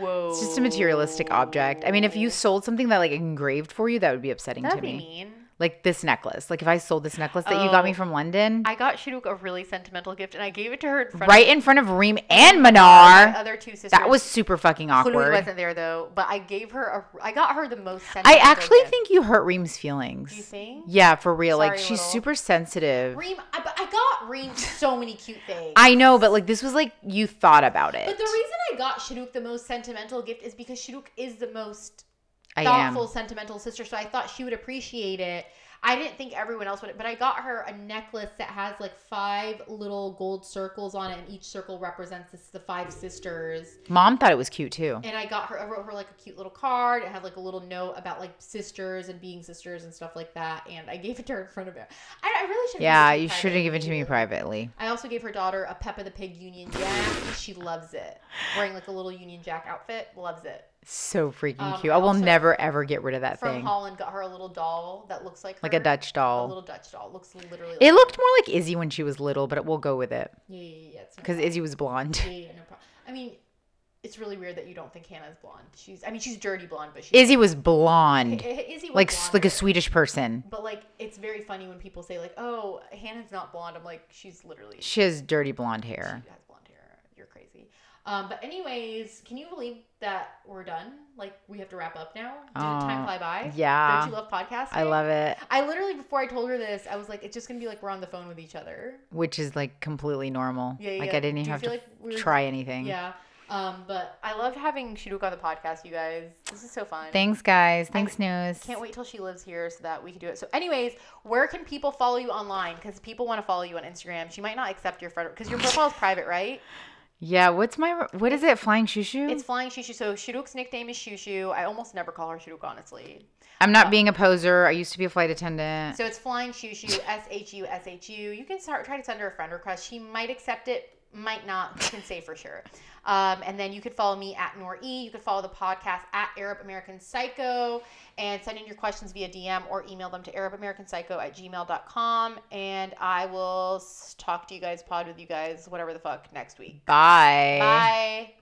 Whoa. It's just a materialistic object. I mean, if you sold something that like engraved for you, that would be upsetting That'd to be me. mean. Like this necklace. Like if I sold this necklace that you got me Oh. from London, I got Shaduk a really sentimental gift and I gave it to her in front right in front of Reem and of my Manar. other two sisters. That was super fucking Khulud awkward. wasn't there though, but I gave her a I got her the most sentimental I actually gift. think you hurt Reem's feelings. you think? Yeah, for real. like Sorry, she's little. super sensitive. Reem I, but I got Reem so many cute things. I know, but like this was like you thought about it. but the reason I got Shaduk the most sentimental gift is because Shaduk is the most I am. thoughtful, sentimental sister. So I thought she would appreciate it. I didn't think everyone else would, but I got her a necklace that has like five little gold circles on it, and each circle represents this, the five sisters. Mom thought it was cute too. And I got her, I wrote her like a cute little card. It had like a little note about like sisters and being sisters and stuff like that. And I gave it to her in front of her. I, I really should. Yeah, you should have given it to me privately. I also gave her daughter a Peppa the Pig Union Jack. she loves it. Wearing like a little Union Jack outfit, loves it. So freaking Um, cute. I will also- never ever get rid of that From thing. Holland, got her a little doll that looks like Like a her. Dutch A doll. little Dutch doll. Looks literally. it like- looked more like Izzy when she was little, but we'll go with it Yeah, yeah, yeah. It's no because problem. Izzy was blonde. Yeah, yeah, no problem. I mean, it's really weird that you don't think Hannah's blonde. She's. I mean, she's dirty blonde, but she's. Izzy was blonde, Izzy was like s- like a blonder. Swedish person. But like, it's very funny when people say like, "Oh, Hannah's not blonde." I'm like, she's literally. She She has dirty blonde has hair. blonde hair. You're crazy. Um, but anyways, can you believe that we're done? Like, we have to wrap up now. Did time Aw, fly by? Don't Yeah, you love podcasting? I love it, I literally before I told her this, I was like, it's just gonna be like we're on the phone with each other. which is like completely normal. Yeah, yeah. Like I didn't Do even you have to feel like we were- try anything. Yeah. Um, but I loved having Shiduk on the podcast, you guys. This is so fun. Thanks, guys. Thanks, news. Can't wait till she lives here so that we can do it. So, anyways, where can people follow you online? Because people want to follow you on Instagram. She might not accept your friend because your profile is private, right? Yeah, what's my what is it? Flying shoo shoo? It's flying Shushu. So Shiduk's nickname is Shushu. I almost never call her Shiduk, honestly. I'm not being a poser. I used to be a flight attendant. So it's flying Shushu. S H U S H U. You can start try to send her a friend request. She might accept it. Might not, you can say for sure. Um, and then you could follow me at Nor E. You could follow the podcast at Arab American Psycho and send in your questions via DM or email them to ArabAmericanPsycho at gmail.com. And I will s- talk to you guys, pod with you guys, whatever the fuck, next week. Bye. Bye.